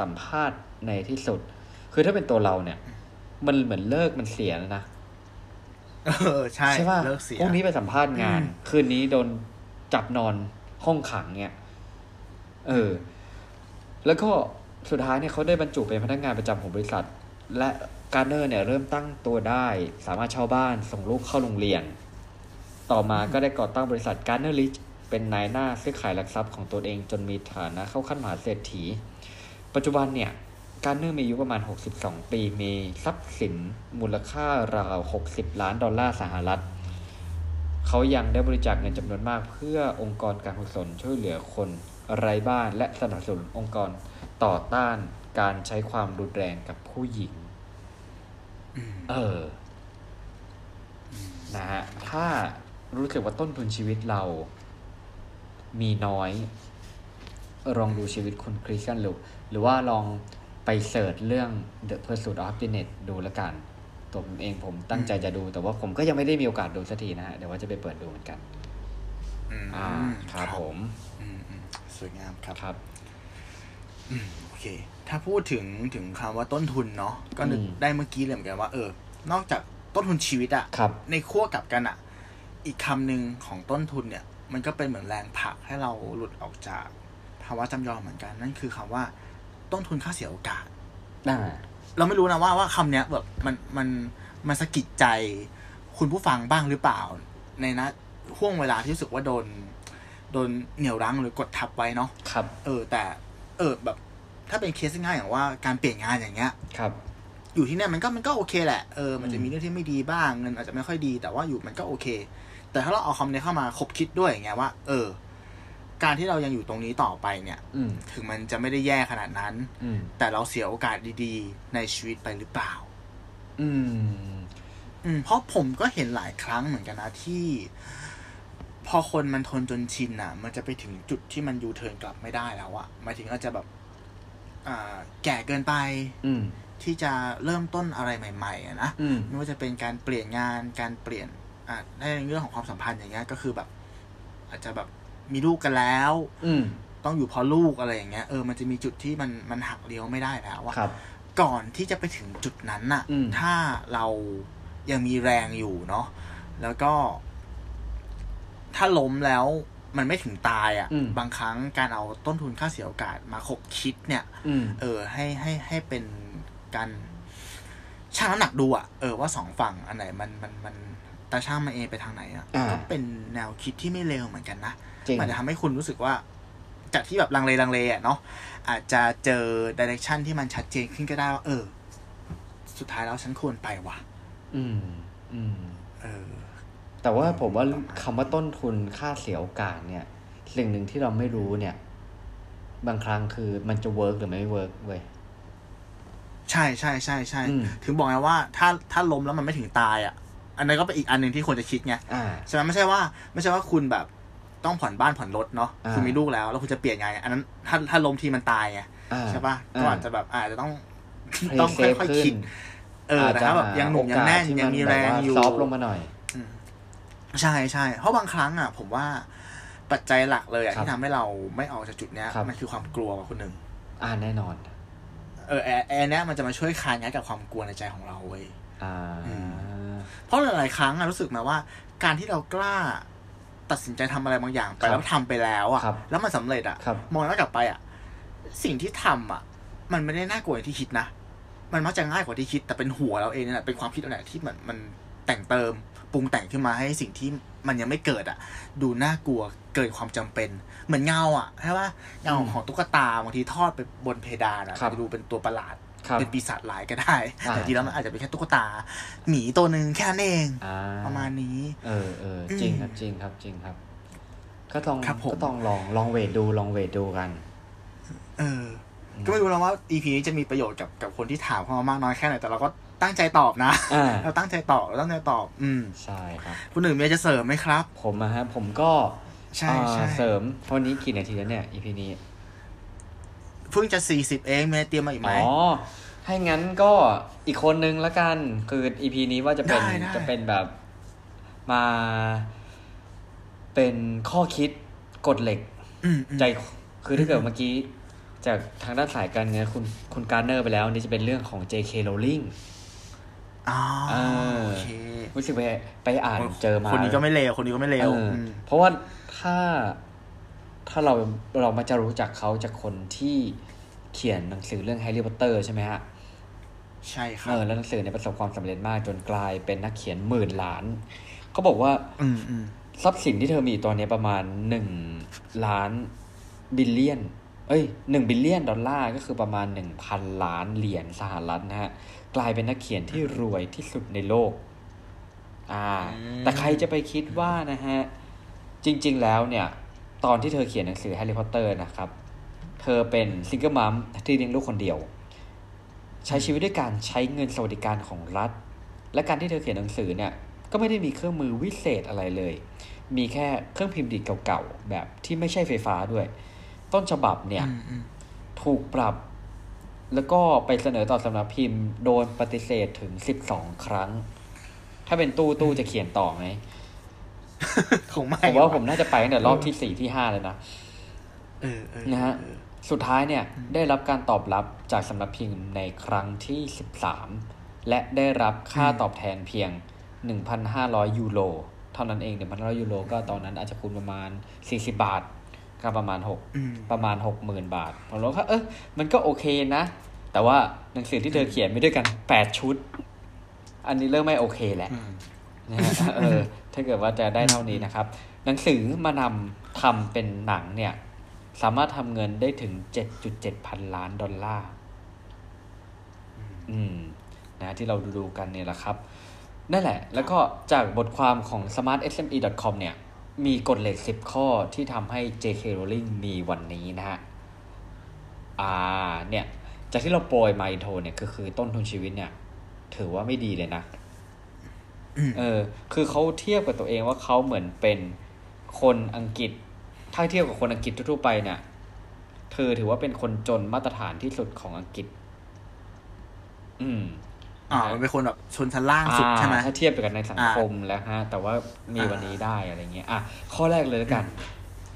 Speaker 2: สัมภาษณ์ในที่สุด คือถ้าเป็นตัวเราเนี่ย มันเหมือนเลิกมันเสียแล้วนะ
Speaker 1: เออใช่
Speaker 2: ใช่ป่ะ
Speaker 1: เลิกเสีย
Speaker 2: พรุ่งนี้ไปสัมภาษณ์งาน
Speaker 1: อืม
Speaker 2: คืนนี้โดนจับนอนห้องขังเนี่ย เออ แล้วก็สุดท้ายเนี่ยเขาได้บรรจุเป็นพนักงานประจำของบริษัท และการเนอร์เนี่ย เริ่มตั้งตัวได้ สามารถเช่าบ้านส่งลูกเข้าโรงเรียน ต่อมาก็ได้ก่อตั้งบริษัทการเนอร์ลิชเป็นนายหน้าซื้อขายหลักทรัพย์ของตนเองจนมีฐานะเข้าขั้นมหาเศรษฐี ปัจจุบันเนี่ยการเนอร์มีอายุประมาณ 62 ปี มีทรัพย์สินมูลค่าราว 60 ล้านดอลลาร์สหรัฐ เขายังได้บริจาคเงินจำนวนมาก เพื่อองค์กรการกุศลช่วยเหลือคนไร้บ้านและสนับสนุนองค์กรต่อต้านการใช้ความรุนแรงกับผู้หญิง
Speaker 1: อืม
Speaker 2: เออ นะฮะ ถ้ารู้สึกว่าต้นทุนชีวิตเรา มีน้อย ลองดูชีวิตคุณคริสกันหรือหรือว่าลองไปเสิร์ชเรื่อง The Pursuit of Happiness ดูแล้วกัน ตัวผมเองผมตั้งใจจะดู แต่ว่าผมก็ยังไม่ได้มีโอกาสดูสักทีนะฮะ เดี๋ยวว่าจะไปเปิดดูเหมือนกัน
Speaker 1: อืม
Speaker 2: อ่า ครับผม
Speaker 1: อืมอืมสวยงามครับ
Speaker 2: ครับ
Speaker 1: โอเค ถ้าพูดถึงถึงคำว่าต้นทุนเนาะ ก็นึก
Speaker 2: อืม
Speaker 1: ได้เมื่อกี้เลยเหมือนกันว่า เออ นอกจากต้นทุนชีวิตอะ
Speaker 2: ครับ
Speaker 1: ในขั้วกลับกันอะอีกคำหนึ่งของต้นทุนเนี่ย มันก็เป็นเหมือนแรงผลักให้เราหลุดออกจากภาวะจำยอมเหมือนกัน นั่นคือคำว่า ต้นทุนค่าเสียโอกาส
Speaker 2: น่า
Speaker 1: เราไม่รู้นะว่าว่าคำเนี้ยแบบมันมันมันสะกิดใจ คุณผู้ฟังบ้างหรือเปล่า ในนะห่วงเวลาที่รู้สึกว่าโดน โดนเหนี่ยวรั้งหรือกดทับไว้เนาะ
Speaker 2: ครับ
Speaker 1: เออ แต่ เออ แบบ ถ้าเป็นเคสง่ายๆอย่างว่าการเปลี่ยนงานอย่างเงี้ย
Speaker 2: ครับ
Speaker 1: อยู่ที่เนี่ยมันก็มันก็โอเคแหละ เออ มันจะ
Speaker 2: อืม
Speaker 1: มีเรื่องที่ไม่ดีบ้าง เงินอาจจะไม่ค่อยดี แต่ว่าอยู่มันก็โอเค แต่ถ้าเราเอาคำนี้เข้ามาคบคิดด้วยอย่างเงี้ยว่า เออ การที่เรายังอยู่ตรงนี้ต่อไปเนี่ย
Speaker 2: อืม
Speaker 1: ถึงมันจะไม่ได้แย่ขนาดนั้น
Speaker 2: อืม
Speaker 1: แต่เราเสียโอกาสดีๆ ในชีวิตไปหรือเปล่า
Speaker 2: อืม
Speaker 1: อืมเพราะผมก็เห็นหลายครั้งเหมือนกันนะที่ พอคนมันทนจนชินอ่ะ มันจะไปถึงจุดที่มันยูเทิร์นกลับไม่ได้แล้วอะหมายถึงอาจจะแบบ อ่า แก่เกินไป
Speaker 2: อืม
Speaker 1: ที่จะเริ่มต้นอะไรใหม่ๆอะนะ
Speaker 2: อืม
Speaker 1: ไม่ว่าจะเป็นการเปลี่ยนงาน การเปลี่ยน อ่ะในเรื่องของความสัมพันธ์อย่างเงี้ย ก็คือแบบ อาจจะแบบมีลูกกันแล้ว
Speaker 2: อืม
Speaker 1: ต้องอยู่เพอลูกอะไรอย่างเงี้ย เออ มันจะมีจุดที่มันมันหักเลี้ยวไม่ได้แล้วอะ
Speaker 2: ครับ
Speaker 1: ก่อนที่จะไปถึงจุดนั้นน่ะ
Speaker 2: อืม
Speaker 1: ถ้าเรายังมีแรงอยู่เนาะ แล้วก็ ถ้าล้มแล้วมันไม่ถึงตายอะ
Speaker 2: อืม
Speaker 1: บางครั้งการเอาต้นทุนค่าเสียโอกาสมาขบคิดเนี่ย
Speaker 2: อืม
Speaker 1: เออให้ให้ให้เป็นการช่างน้ำหนักดูอะเออว่าสองฝั่งอันไหนมันมันมันตาช่างมันเองไปทางไหนอะ
Speaker 2: อ่า
Speaker 1: ก็เป็นแนวคิดที่ไม่เลวเหมือนกันนะ
Speaker 2: จริง
Speaker 1: มันจะทำให้คุณรู้สึกว่า จากที่แบบลังเลลังเลอะเนาะอาจจะเจอดิเรกชันที่มันชัดเจนขึ้นก็ได้ว่า เออ สุดท้ายแล้วฉันควรไปว่ะ
Speaker 2: อืม อืม
Speaker 1: เออ
Speaker 2: แต่ว่าผมว่าคำว่าต้นทุนค่าเสียโอกาสเนี่ย สิ่งหนึ่งที่เราไม่รู้เนี่ย บางครั้งคือมันจะเวิร์กหรือไม่เวิร์กเว้ย
Speaker 1: ใช่ใช่ใช่ใช่
Speaker 2: อืม
Speaker 1: ถึงบอกไงว่า ถ้าถ้าล้มแล้วมันไม่ถึงตายอะอันนั้นก็เป็นอีกอันหนึ่งที่ควรจะคิดไง
Speaker 2: อ่า
Speaker 1: ใช่ไหมไม่ใช่ว่า ไม่ใช่ว่าคุณแบบต้องผ่อนบ้านผ่อนรถเนาะ
Speaker 2: อ่า
Speaker 1: คุณมีลูกแล้ว แล้วคุณจะเปลี่ยนงานไงอันนั้นถ้าถ้าล้มทีมันตายไง
Speaker 2: อ่า
Speaker 1: ใช่ปะก็อาจจะแบบอาจจะต้อง
Speaker 2: เพลย์
Speaker 1: ต้อง
Speaker 2: เซ
Speaker 1: ค่
Speaker 2: ฟ
Speaker 1: อย
Speaker 2: ขึ้
Speaker 1: ๆ
Speaker 2: น
Speaker 1: คิด เออ
Speaker 2: อาจ
Speaker 1: นะ
Speaker 2: จะ
Speaker 1: ครับแบบยังหนุ่มยังแน่น
Speaker 2: โอกาสที่
Speaker 1: ยังมี
Speaker 2: น
Speaker 1: แรงอยู่
Speaker 2: ซอฟลงมาหน่อย
Speaker 1: ใช่ใช่เพราะบางครั้งอ่ะ ผมว่าปัจจัยหลักเลยอ่ะ
Speaker 2: ครับ
Speaker 1: ที่ทำให้เราไม่ออกจากจุดเนี้ย
Speaker 2: ครับ
Speaker 1: มันคือความกลัวคนหนึ่ง
Speaker 2: อ่าแน่นอน
Speaker 1: เออแอร์แอร์เนี้ยมันจะมาช่วยคลายงัดกับความกลัวในใจของเราเว้ย
Speaker 2: อ่า
Speaker 1: อื เพราะหลายๆครั้งอะรู้สึกไหมว่า การที่เรากล้าตัดสินใจทำอะไรบางอย่างไป
Speaker 2: ครับ
Speaker 1: แล้วทำไปแล้วอะ
Speaker 2: ครับ
Speaker 1: แล้วมันสำเร็จอะ
Speaker 2: ครับ
Speaker 1: มองย้อนกลับไปอะสิ่งที่ทำอะมันไม่ได้น่ากลัวอย่างที่คิดนะ มันมักจะง่ายกว่าที่คิด แต่เป็นหัวเราเองนี่แหละเป็นความคิดเราเนี่ยที่มันมันแต่งเติมปรุงแต่งขึ้นมาให้สิ่งที่มันยังไม่เกิดอะดูน่ากลัวเกินความจำเป็น เหมือนเงาอะใช่ปะเงา
Speaker 2: อืม
Speaker 1: ของตุ๊กตาบางทีทอดไปบนเพดานอะ
Speaker 2: ครับ
Speaker 1: จะดูเป็นตัวประหลาด
Speaker 2: ครับ
Speaker 1: เป็นปีศาจร้ายก็ได้
Speaker 2: อ่า
Speaker 1: แต่จริงแล้วมันอาจจะเป็นแค่ตุ๊กตาหมีตัวหนึ่งแค่นั้นเอง
Speaker 2: อ่า
Speaker 1: ประมาณนี้
Speaker 2: เออเออ
Speaker 1: อืม
Speaker 2: จริงครับจริงครับจริงครับ ก็ต้อง
Speaker 1: ครับผม
Speaker 2: ก็ต้องลองลองเวทดูลองเวทดูกัน
Speaker 1: เอออ
Speaker 2: ม
Speaker 1: ก็ไม่รู้นะว่า EP นี้จะมีประโยชน์กับกับคนที่ถามเข้ามามากน้อยแค่ไหน แต่เราก็ตั้งใจตอบ
Speaker 2: [laughs]
Speaker 1: นะ
Speaker 2: อ่า
Speaker 1: เราตั้งใจตอบเราตั้งใจตอบ อืม
Speaker 2: ใช่ครับ
Speaker 1: คุณหนึ่งมีอะไรจะเสริมไหมครับ
Speaker 2: ผมอะฮะผมก็
Speaker 1: ใช่ใช่
Speaker 2: อ่าเสริมวันนี้กี่นาทีแล้วเนี่ย EP นี้
Speaker 1: เพิ่งจะสี่สิบเองมีอะไรเตรียมมาอีกไหม
Speaker 2: อ๋อให้งั้นก็อีกคนนึงละกัน คืออีพีนี้ว่าจะเป็น
Speaker 1: ได้ได้
Speaker 2: จะเป็นแบบมาเป็นข้อคิดกฎเหล็ก
Speaker 1: อืมอืม
Speaker 2: ใจคือถ้าเกิดเมื่อกี้ จากทางด้านสายการเงินคุณคุณการเนอร์ไปแล้วอันนี่จะเป็นเรื่องของ JK Rowling
Speaker 1: อ๋อ
Speaker 2: เออ
Speaker 1: โอเค
Speaker 2: รู้สึกไปไปอ่านเจอมา
Speaker 1: คนนี้ก็ไม่เลวคนนี้ก็ไม่เลว
Speaker 2: เอออ
Speaker 1: ม
Speaker 2: เพราะว่าถ้าถ้าเราเรามาจะรู้จักเขาจากคนที่เขียนหนังสือเรื่องแฮร์รี่พอตเตอร์ใช่ไหมฮะ
Speaker 1: ใช่ค
Speaker 2: เอ
Speaker 1: รับ
Speaker 2: อแล้วหนังสือเนี่ยประสบความสำเร็จมากจนกลายเป็นนักเขียนหมื่นล้านเขาบอกว่า
Speaker 1: อืมอืม
Speaker 2: ทรัพย์สินที่เธอมีตอนเนี้ยประมาณหนึ่งล้านบิลเลียน เอ้ยหนึ่งบิลเลียนดอลลาร์ก็คือประมาณหนึ่งพันล้านเหรียญสหรัฐนะฮะกลายเป็นนักเขียนที่รวยที่สุดในโลก อ่า แต่ใครจะไปคิดว่านะฮะ จริงๆแล้วเนี่ย ตอนที่เธอเขียนหนังสือแฮร์รี่พอตเตอร์นะครับ เธอเป็นซิงเกิลมัมที่เลี้ยงลูกคนเดียว ใช้ชีวิตด้วยการใช้เงินสวัสดิการของรัฐ และการที่เธอเขียนหนังสือเนี่ย ก็ไม่ได้มีเครื่องมือวิเศษอะไรเลย มีแค่เครื่องพิมพ์ดีดเก่าๆ แบบที่ไม่ใช่ไฟฟ้าด้วย ต้นฉบับเนี่ย
Speaker 1: อืมอืม
Speaker 2: ถูกปรับ แล้วก็ไปเสนอต่อสำนักพิมพ์โดนปฏิเสธถึงสิบสองครั้ง ถ้าเป็นตู้ตู้จะเขียนต่อไหม
Speaker 1: คงไม่
Speaker 2: ผมว่าผมน่าจะไปตั้งแต่รอบที่สี่ที่ห้าเลยนะ
Speaker 1: เออเออ
Speaker 2: นะฮะ
Speaker 1: เออ
Speaker 2: สุดท้ายเนี่ยได้รับการตอบรับจากสำนักพิมพ์ในครั้งที่สิบสามและได้รับค่าตอบแทนเพียงหนึ่งพันห้าร้อยยูโรเท่านั้นเองหนึ่งพันร้อยยูโรก็ตอนนั้นอาจจะคูณประมาณสี่สิบาทก็ประมาณหก
Speaker 1: อืม
Speaker 2: ประมาณหกหมื่นบาทผมรู้ว่าเออมันก็โอเคนะ แต่ว่าหนังสือที่เธอเขียนไม่ด้วยกันแปดชุด อันนี้เริ่มไม่โอเคแหละ
Speaker 1: อืม
Speaker 2: นะฮะเออ ถ้าเกิดว่าจะได้เท่านี้นะครับ หนังสือมานำทำเป็นหนังเนี่ย สามารถทำเงินได้ถึงเจ็ดจุดเจ็ดพันล้านดอลลาร์ อืมนะที่เราดูๆกันเนี่ยแหละครับ นั่นแหละ แล้วก็จากบทความของ smartsme.com เนี่ย มีกฎเหล็ก 10 ข้อที่ทำให้ JK Rowling มีวันนี้นะฮะ อ่า เนี่ย จากที่เราโปรยมาอินโทรเนี่ย ก็คือต้นทุนชีวิตเนี่ย ถือว่าไม่ดีเลยนะ เออ คือเขาเทียบกับตัวเองว่าเขาเหมือนเป็นคนอังกฤษ ถ้าเทียบกับคนอังกฤษทั่วๆไปเนี่ย เธอถือว่าเป็นคนจนมาตรฐานที่สุดของอังกฤษ อืม
Speaker 1: อ่ามันเป็นคนแบบชนชั้นล่างสุด
Speaker 2: อ่า
Speaker 1: ใช่ไหม
Speaker 2: ถ้าเทียบไปกันในสังคมแล้วฮะ แต่ว่ามี
Speaker 1: อ่า
Speaker 2: วันนี้ได้อะไรเงี้ย อ่ะ ข้อแรกเลยละกัน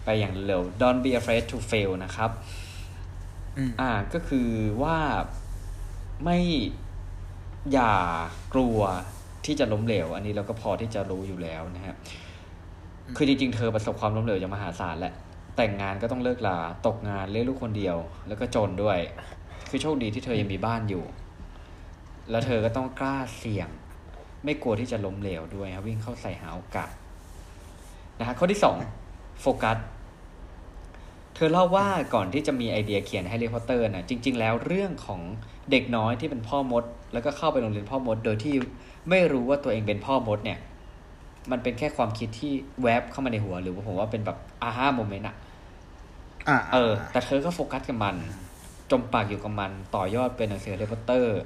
Speaker 2: ไปอย่างเร็ว don't be afraid to fail นะครับ
Speaker 1: อืม
Speaker 2: อ่า ก็คือว่าไม่อย่ากลัวที่จะล้มเหลว อันนี้เราก็พอที่จะรู้อยู่แล้วนะฮะ คือจริงๆ เธอประสบความล้มเหลวอย่างมหาศาลแหละ แต่งงานก็ต้องเลิกลา ตกงานเลี้ยงลูกคนเดียว แล้วก็จนด้วย คือโชคดีที่เธอยังมีบ้านอยู่ แล้วเธอก็ต้องกล้าเสี่ยง ไม่กลัวที่จะล้มเหลวด้วยครับวิ่งเข้าใส่หาโอกาสนะฮะข้อที่สองโฟกัส เธอเล่าว่าก่อนที่จะมีไอเดียเขียนแฮร์รี่พอตเตอร์นะจริง ๆ แล้วเรื่องของเด็กน้อยที่เป็นพ่อมด แล้วก็เข้าไปโรงเรียนพ่อมด โดยที่ไม่รู้ว่าตัวเองเป็นพ่อมดเนี่ย มันเป็นแค่ความคิดที่แวบเข้ามาในหัว หรือว่าผมว่าเป็นแบบอาฮ m าโมเมนต์อะ
Speaker 1: อ่า
Speaker 2: เออ แต่เธอก็โฟกัสกับมัน จมปากอยู่กับมัน ต่อยอดเป็นหนังสือเฮร์รี่พอตเตอร์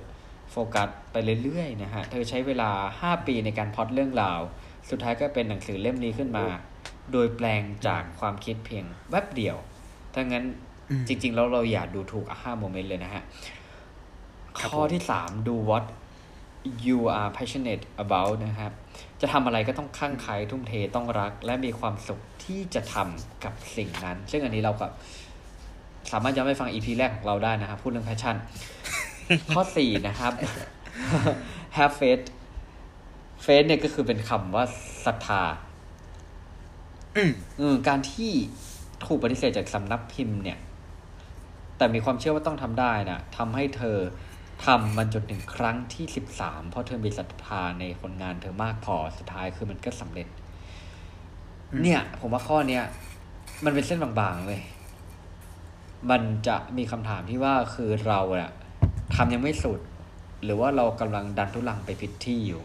Speaker 2: โฟกัสไปเรื่อยๆนะฮะ เธอใช้เวลา 5 ปีในการพล็อดเรื่องราว สุดท้ายก็เป็นหนังสือเล่มนี้ขึ้นมา โดยแปลงจากความคิดเพียงแวบเดียว ถ้างั้นจริงๆ แล้วเราอย่าดูถูกห้าโมเมนต์เลยนะฮะ ข้อที่ 3 ดู what you are passionate about นะครับ จะทำอะไรก็ต้องข้างใครทุ่มเทต้องรัก และมีความสุขที่จะทำกับสิ่งนั้น ซึ่งอันนี้เรากับสามารถย้อนไปฟัง EP แรกของเราได้นะครับ พูดเรื่อง
Speaker 1: [laughs]
Speaker 2: passion ข้อ 4 นะครับ have faith faith เนี่ยก็คือเป็นคำว่าศรัทธา
Speaker 1: อืม
Speaker 2: เออการที่ถูกปฏิเสธจากสำนักพิมพ์เนี่ย แต่มีความเชื่อว่าต้องทำได้นะทำให้เธอทำมันจนถึงครั้งที่สิบสามเพราะเธอมีศรัทธาในผลงานเธอมากพอสุดท้ายคือมันก็สำเร็จ เนี่ย ผมว่าข้อเนี้ยมันเป็นเส้นบางๆเลยมันจะมีคำถามที่ว่าคือเราอะทำยังไม่สุด หรือว่าเรากำลังดันทุลังไปผิดที่อยู่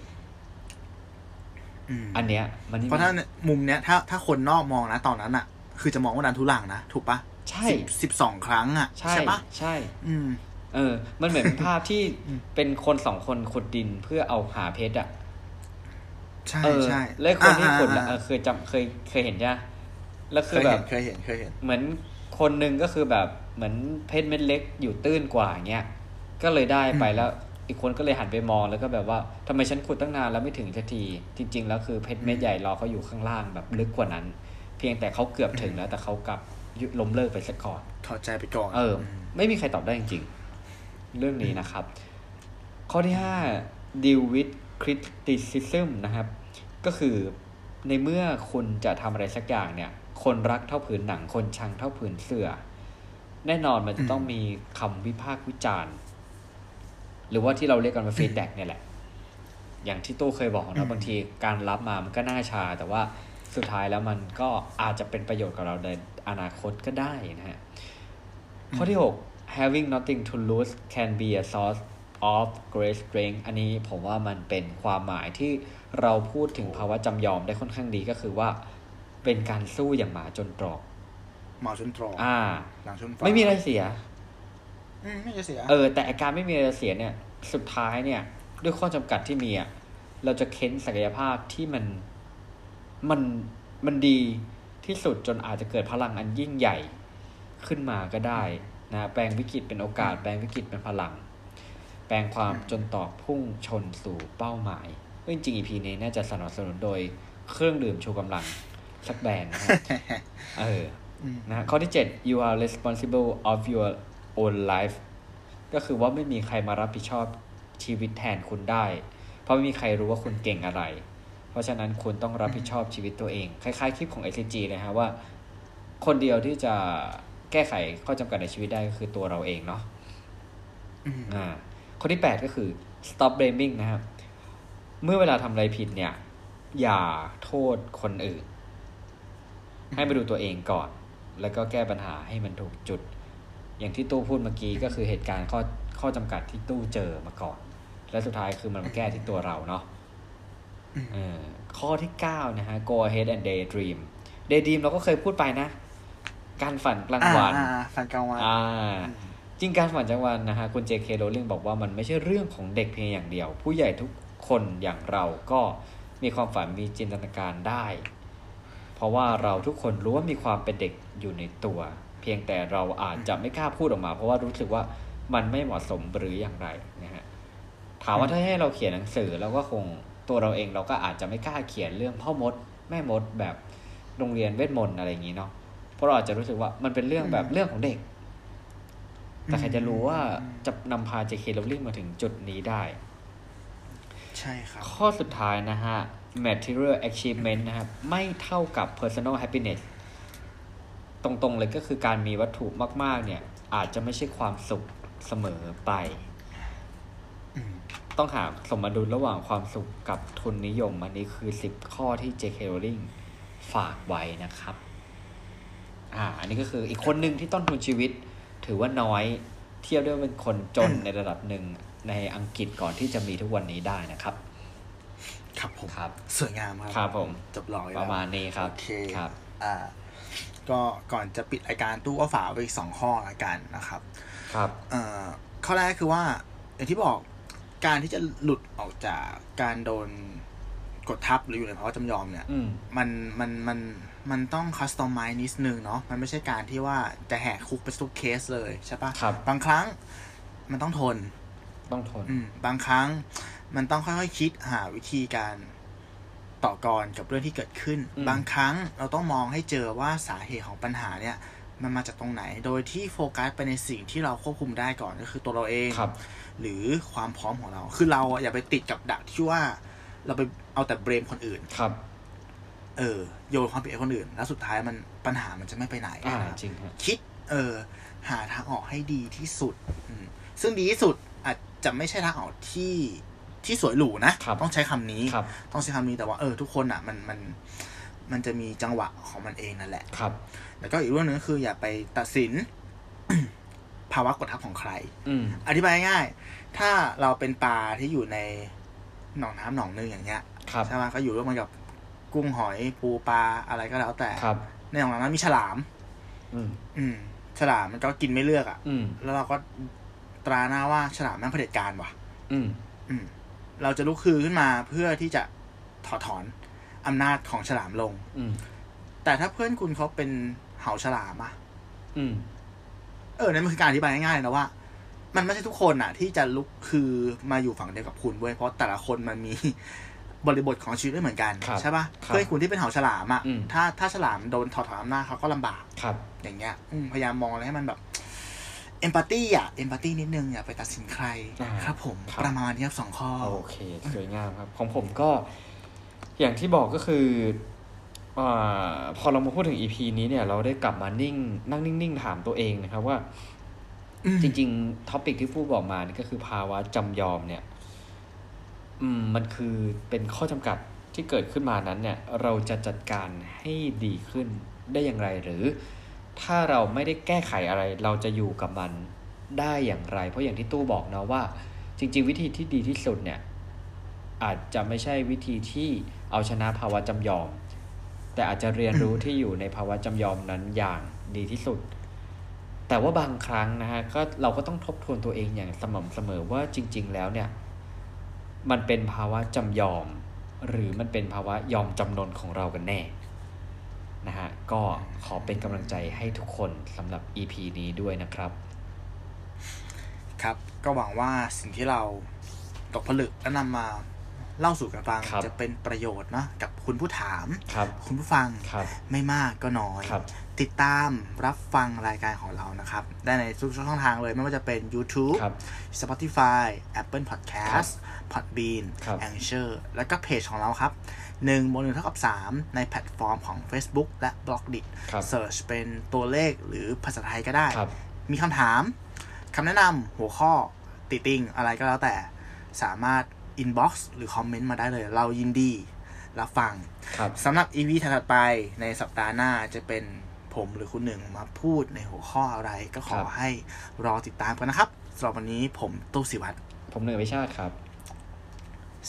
Speaker 1: อืม
Speaker 2: อันเนี้ย มันนี่
Speaker 1: เพราะถ้ามุมเนี้ยถ้าถ้าคนนอกมองนะตอนนั้นอ่ะ คือจะมองว่าดันทุลังนะ ถูกปะ
Speaker 2: ใช่
Speaker 1: สิบสิบสองครั้งอ่ะ
Speaker 2: ใช่
Speaker 1: ปะ
Speaker 2: ใช่
Speaker 1: อืม
Speaker 2: เออ มันเหมือนเป็นภาพที่ เป็นคนสองคนขุดดินเพื่อเอาหาเพชรอ่ะ
Speaker 1: ใช่
Speaker 2: เออ
Speaker 1: ใช่
Speaker 2: แล้วคนที่
Speaker 1: อ่า
Speaker 2: ขุดอะ
Speaker 1: อ่า
Speaker 2: เอ
Speaker 1: อ่า
Speaker 2: อเคยจำเคยเคยเห็นใช่ปะแล้วคื
Speaker 1: เค
Speaker 2: อย แบ
Speaker 1: เห็
Speaker 2: บ
Speaker 1: นเคยเห็นเคยเห็น
Speaker 2: เหมือน คนหนึ่งก็คือแบบเหมือนเพชรเม็ดเล็กอยู่ตื้นกว่าเงี้ยก็เลยได้ไปแล้วอีกคนก็เลยหันไปมองแล้วก็แบบว่าทำไมฉันขุดตั้งนานแล้วไม่ถึงสักที จริง ๆ แล้วคือเพชรเม็ดใหญ่รอเขาอยู่ข้างล่างแบบลึกกว่านั้น เพียงแต่เขาเกือบถึงแล้วแต่เขากลับยุล้มเลิกไปซะก่อน
Speaker 1: ถอดใจไปก่อน
Speaker 2: เออ ไม่มีใครตอบได้จริงๆ เรื่องนี้นะครับ ข้อที่ห้า deal with criticism นะครับ ก็คือในเมื่อคุณจะทำอะไรสักอย่างเนี่ย คนรักเท่าผืนหนัง คนชังเท่าผืนเสื้อ แน่นอนมันจะต้องมีคำวิพากษ์วิจารณ์ หรือว่าที่เราเรียกกันว่า feedback เนี่ยแหละ อย่างที่ตู้เคยบอกนะบางทีการรับมามันก็น่าชา แต่ว่าสุดท้ายแล้วมันก็อาจจะเป็นประโยชน์กับเราในอนาคตก็ได้นะฮะ ข้อที่ 6 having nothing to lose can be a source of great strength อันนี้ผมว่ามันเป็นความหมายที่เราพูดถึงภาวะจำยอมได้ค่อนข้างดีก็คือว่า เป็นการสู้อย่างหมาจนตรอก
Speaker 1: หมาชนตรอก
Speaker 2: อ่า
Speaker 1: หลังชนฟ้า
Speaker 2: ไม่มีอะไรเสีย
Speaker 1: อืมไม่จะเสีย
Speaker 2: เออ แต่อาการไม่มีอะไรเสียเนี่ย สุดท้ายเนี่ย ด้วยข้อจำกัดที่มีอ่ะ เราจะเค้นศักยภาพที่มัน มัน มันดีที่สุดจนอาจจะเกิดพลังอันยิ่งใหญ่ขึ้นมาก็ได้นะ แปลงวิกฤตเป็นโอกาส แปลงวิกฤตเป็นพลัง แปลงความจนตอกพุ่งชนสู่เป้าหมายเรื่องจริงอีพีนี้น่าจะสนับสนุนโดยเครื่องดื่มชูกำลังสักแบรนด์นะฮะ เออ
Speaker 1: ม
Speaker 2: นะฮะข้อที่ 7 you are responsible of your own life ก็คือว่าไม่มีใครมารับผิดชอบชีวิตแทนคุณได้ เพราะไม่มีใครรู้ว่าคุณเก่งอะไร เพราะฉะนั้นคุณต้องรับผิดชอบชีวิตตัวเอง คล้ายๆ คลิปของ s c g เลยฮะว่า คนเดียวที่จะแก้ไขข้อจำกัดในชีวิตได้ก็คือตัวเราเองเนาะ
Speaker 1: อืม
Speaker 2: อ่าข้อที่ 8 ก็คือ stop blaming นะครับ เมื่อเวลาทำอะไรผิดเนี่ย อย่าโทษคนอื่น ให้มาดูตัวเองก่อน แล้วก็แก้ปัญหาให้มันถูกจุด อย่างที่ตู้พูดเมื่อกี้ก็คือเหตุการณ์ข้อข้อจำกัดที่ตู้เจอมาก่อน และสุดท้ายคือมันมาแก้ที่ตัวเราเนาะเออข้อที่ 9 นะฮะ go ahead and daydream daydream เราก็เคยพูดไปนะ การฝันกลางวัน
Speaker 1: อ่าอ่าฝันกลางวัน
Speaker 2: อ่า จริงการฝันจังหวันนะฮะ คุณ JK Rowling บอกว่ามันไม่ใช่เรื่องของเด็กเพียงอย่างเดียว ผู้ใหญ่ทุกคนอย่างเราก็มีความฝันมีจินตนาการได้ เพราะว่าเราทุกคนรู้ว่ามีความเป็นเด็กอยู่ในตัว เพียงแต่เราอาจจะไม่กล้าพูดออกมา เพราะว่ารู้สึกว่ามันไม่เหมาะสมหรืออย่างไรนะฮะถามว่าถ้าให้เราเขียนหนังสือเราก็คงตัวเราเองเราก็อาจจะไม่กล้าเขียนเรื่องพ่อมด แม่มดแบบโรงเรียนเวทมนต์อะไรอย่างนี้เนาะเพราะเราอาจจะรู้สึกว่ามันเป็นเรื่องแบบเรื่องของเด็ก แต่ใครจะรู้ว่าจะนำพา JK Rowling มาถึงจุดนี้ได้
Speaker 1: ใช่ครับ
Speaker 2: ข้อสุดท้ายนะฮะ material achievement นะครับ ไม่เท่ากับ personal happiness ตรงๆเลยก็คือการมีวัตถุมาก ๆ เนี่ย อาจจะไม่ใช่ความสุขเสมอไป
Speaker 1: อืม
Speaker 2: ต้องหาสมดุลระหว่างความสุขกับทุนนิยม อันนี้คือ 10 ข้อที่ JK Rowling ฝากไว้นะครับ อ่า อันนี้ก็คืออีกคนหนึ่งที่ต้นทุนชีวิต ถือว่าน้อยเทียบด้วยเป็นคนจนในระดับหนึ่งในอังกฤษก่อนที่จะมีทุกวันนี้ได้นะครับ
Speaker 1: ครับผม
Speaker 2: ครับ
Speaker 1: สวยงามครับ
Speaker 2: ครับผม
Speaker 1: จบลอย
Speaker 2: ป
Speaker 1: แล้ว
Speaker 2: ระมาณนี้ครับ
Speaker 1: โอเค
Speaker 2: ครับ
Speaker 1: อ่า ก็ก่อนจะปิดรายการตู้ก็ฝากไว้อีกสองข้อละกันนะครับ
Speaker 2: ครับ
Speaker 1: เอ่อข้อแรกคือว่า อย่างที่บอกการที่จะหลุดออกจากการโดนกดทับหรืออยู่ในภาวะจำยอมเนี่ย
Speaker 2: อืม
Speaker 1: มันมันมันมันต้องคัสตอมไม e นิดนึงเนาะมันไม่ใช่การที่ว่าจะแหกคุกไปทุกเคสเลยใช่ปะ
Speaker 2: ครับ
Speaker 1: บางครั้งมันต้องทน
Speaker 2: ต้องทน
Speaker 1: อืมบางครั้งมันต้องค่อยๆคิดหาวิธีการต่อกรกับเรื่องที่เกิดขึ้น
Speaker 2: อืม
Speaker 1: บางครั้งเราต้องมองให้เจอว่าสาเหตุของปัญหาเนี่ย มันมาจากตรงไหน โดยที่โฟกัสไปในสิ่งที่เราควบคุมได้ก่อนก็คือตัวเราเอง
Speaker 2: ครับ
Speaker 1: หรือความพร้อมของเรา คือเราอะอย่าไปติดกับดักที่ว่า เราไปเอาแต่เบรมคนอื่น
Speaker 2: ครับ
Speaker 1: เออโยนความผิดให้คนอื่น แล้วสุดท้ายมันปัญหามันจะไม่ไปไหน
Speaker 2: อ่า
Speaker 1: นะครับ
Speaker 2: จริงฮะ
Speaker 1: คิดเออหาทางออกให้ดีที่สุดอืมซึ่งดีที่สุดอาจจะไม่ใช่ทางออกที่ที่สวยหรูนะ
Speaker 2: ครับ
Speaker 1: ต้องใช้คำนี้
Speaker 2: ครับ
Speaker 1: ต้องใช้คำนี้แต่ว่าเออทุกคนอ่ะมันมันมันจะมีจังหวะของมันเองนั่นแหละ
Speaker 2: ครับ
Speaker 1: แล้วก็อีกเรื่องหนึงก็คืออย่าไปตัดสิน [coughs] ภาวะกดทับของใคร
Speaker 2: อืม
Speaker 1: อธิบายง่ายๆถ้าเราเป็นปลาที่อยู่ในหนองน้ำหนองนึงอย่างเงี้ย
Speaker 2: ครับ
Speaker 1: ใช่ไหมก็อยู่ร่วมกันกับกุ้งหอยปูปลาอะไรก็แล้วแต่
Speaker 2: ครับ
Speaker 1: ในหนองน้ำนั้นมีฉลาม
Speaker 2: อืม
Speaker 1: อืมฉลามมันก็กินไม่เลือกอะ่ะ
Speaker 2: อืม
Speaker 1: แล้วเราก็ตราหน้าว่าฉลามแม่งเผด็จการว่ะ
Speaker 2: อืม
Speaker 1: อืม เราจะลุกคือขึ้นมาเพื่อที่จะถอดถอนอำนาจของฉลามลง
Speaker 2: อืม
Speaker 1: แต่ถ้าเพื่อนคุณเขาเป็นเหาฉลามอะ
Speaker 2: อืม
Speaker 1: เออนั่นมันคือการอธิบายง่ายๆเลยนะว่า มันไม่ใช่ทุกคนอะที่จะลุกคือมาอยู่ฝั่งเดียวกับคุณเว้ยเพราะแต่ละคนมันมี บริบทของชีวิตไม่เหมือนกัน
Speaker 2: ครับ
Speaker 1: ใช่ปะ
Speaker 2: ครับ
Speaker 1: เพื่อนคุณที่เป็นเหาฉลามอะ
Speaker 2: อืม
Speaker 1: ถ้าถ้าฉลามโดนถอดถอนอำนาจเขาก็ลำบาก
Speaker 2: ครับ
Speaker 1: อย่างเงี้ยอืมพยายามมองอะไรให้มันแบบเอมพัตตีอ่ะเอมพัตตีนิดนึงอย่าไปตัดสินใคร
Speaker 2: อ่า
Speaker 1: ครับผม
Speaker 2: ครับ
Speaker 1: ประมาณนี้ครับสองข้อ
Speaker 2: โอเคสวยงามครับ ของผมก็อย่างที่บอกก็คืออาพอเรามาพูดถึง EP นี้เนี่ย เราได้กลับมานิ่ง นั่งนิ่ง ๆ ถามตัวเองนะครับว่า
Speaker 1: อืม
Speaker 2: จริง ๆท็อปิกที่พูดบอกมานี่ก็คือภาวะจำยอมเนี่ย อืมมันคือเป็นข้อจำกัดที่เกิดขึ้นมานั้นเนี่ย เราจะจัดการให้ดีขึ้นได้อย่างไร หรือถ้าเราไม่ได้แก้ไขอะไร เราจะอยู่กับมันได้อย่างไร เพราะอย่างที่ตู้บอกเนาะว่า จริง ๆ วิธีที่ดีที่สุดเนี่ย อาจจะไม่ใช่วิธีที่เอาชนะภาวะจำยอม แต่อาจจะเรียนรู้ที่อยู่ในภาวะจำยอมนั้นอย่างดีที่สุด แต่ว่าบางครั้งนะฮะก็เราก็ต้องทบทวนตัวเองอย่างสม่ำเสมอว่าจริง ๆ แล้วเนี่ย มันเป็นภาวะจำยอม หรือมันเป็นภาวะยอมจำนนของเรากันแน่นะฮะก็ขอเป็นกำลังใจให้ทุกคนสำหรับ EP นี้ด้วยนะครับ
Speaker 1: ครับ ก็หวังว่าสิ่งที่เราตกผลึกและนำมาเล่าสู่กันฟัง
Speaker 2: ครับ
Speaker 1: จะเป็นประโยชน์นะกับคุณผู้ถาม
Speaker 2: ครับ
Speaker 1: คุณผู้ฟัง
Speaker 2: ครับ
Speaker 1: ไม่มากก็น้อย
Speaker 2: ครับ
Speaker 1: ติดตามรับฟังรายการของเรานะครับ ได้ในทุกช่องทางเลย ไม่ว่าจะเป็น YouTube
Speaker 2: ครับ
Speaker 1: Spotify Apple Podcast Podbean
Speaker 2: ครับ
Speaker 1: a n c h o r แล้วก็เพจของเราครับ1บน1เท่ากับ 3 ในแพลตฟอร์มของ Facebook และ b l o g d i t
Speaker 2: ครับ
Speaker 1: Search เป็นตัวเลขหรือภาษาไทยก็ได้
Speaker 2: ครับ
Speaker 1: มีคำถาม คำแนะนำหัวข้อติติงอะไรก็แล้วแต่สามารถ Inbox หรือคอมเมนต์มาได้เลย เรายินดีรับฟัง
Speaker 2: ครับ
Speaker 1: สำหรับ EP ถัดๆไปในสัปดาห์หน้าจะเป็นผมหรือคุณหนึ่งมาพูดในหัวข้ออะไรก็ขอ
Speaker 2: ครับ
Speaker 1: ให้รอติดตามกันนะครับสำหรับวันนี้ผมตู้สิวัตร
Speaker 2: ผมเนยวิชาติครับ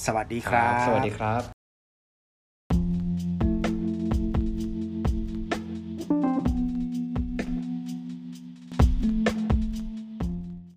Speaker 1: สวัสดีครับ
Speaker 2: สวัสดีครับ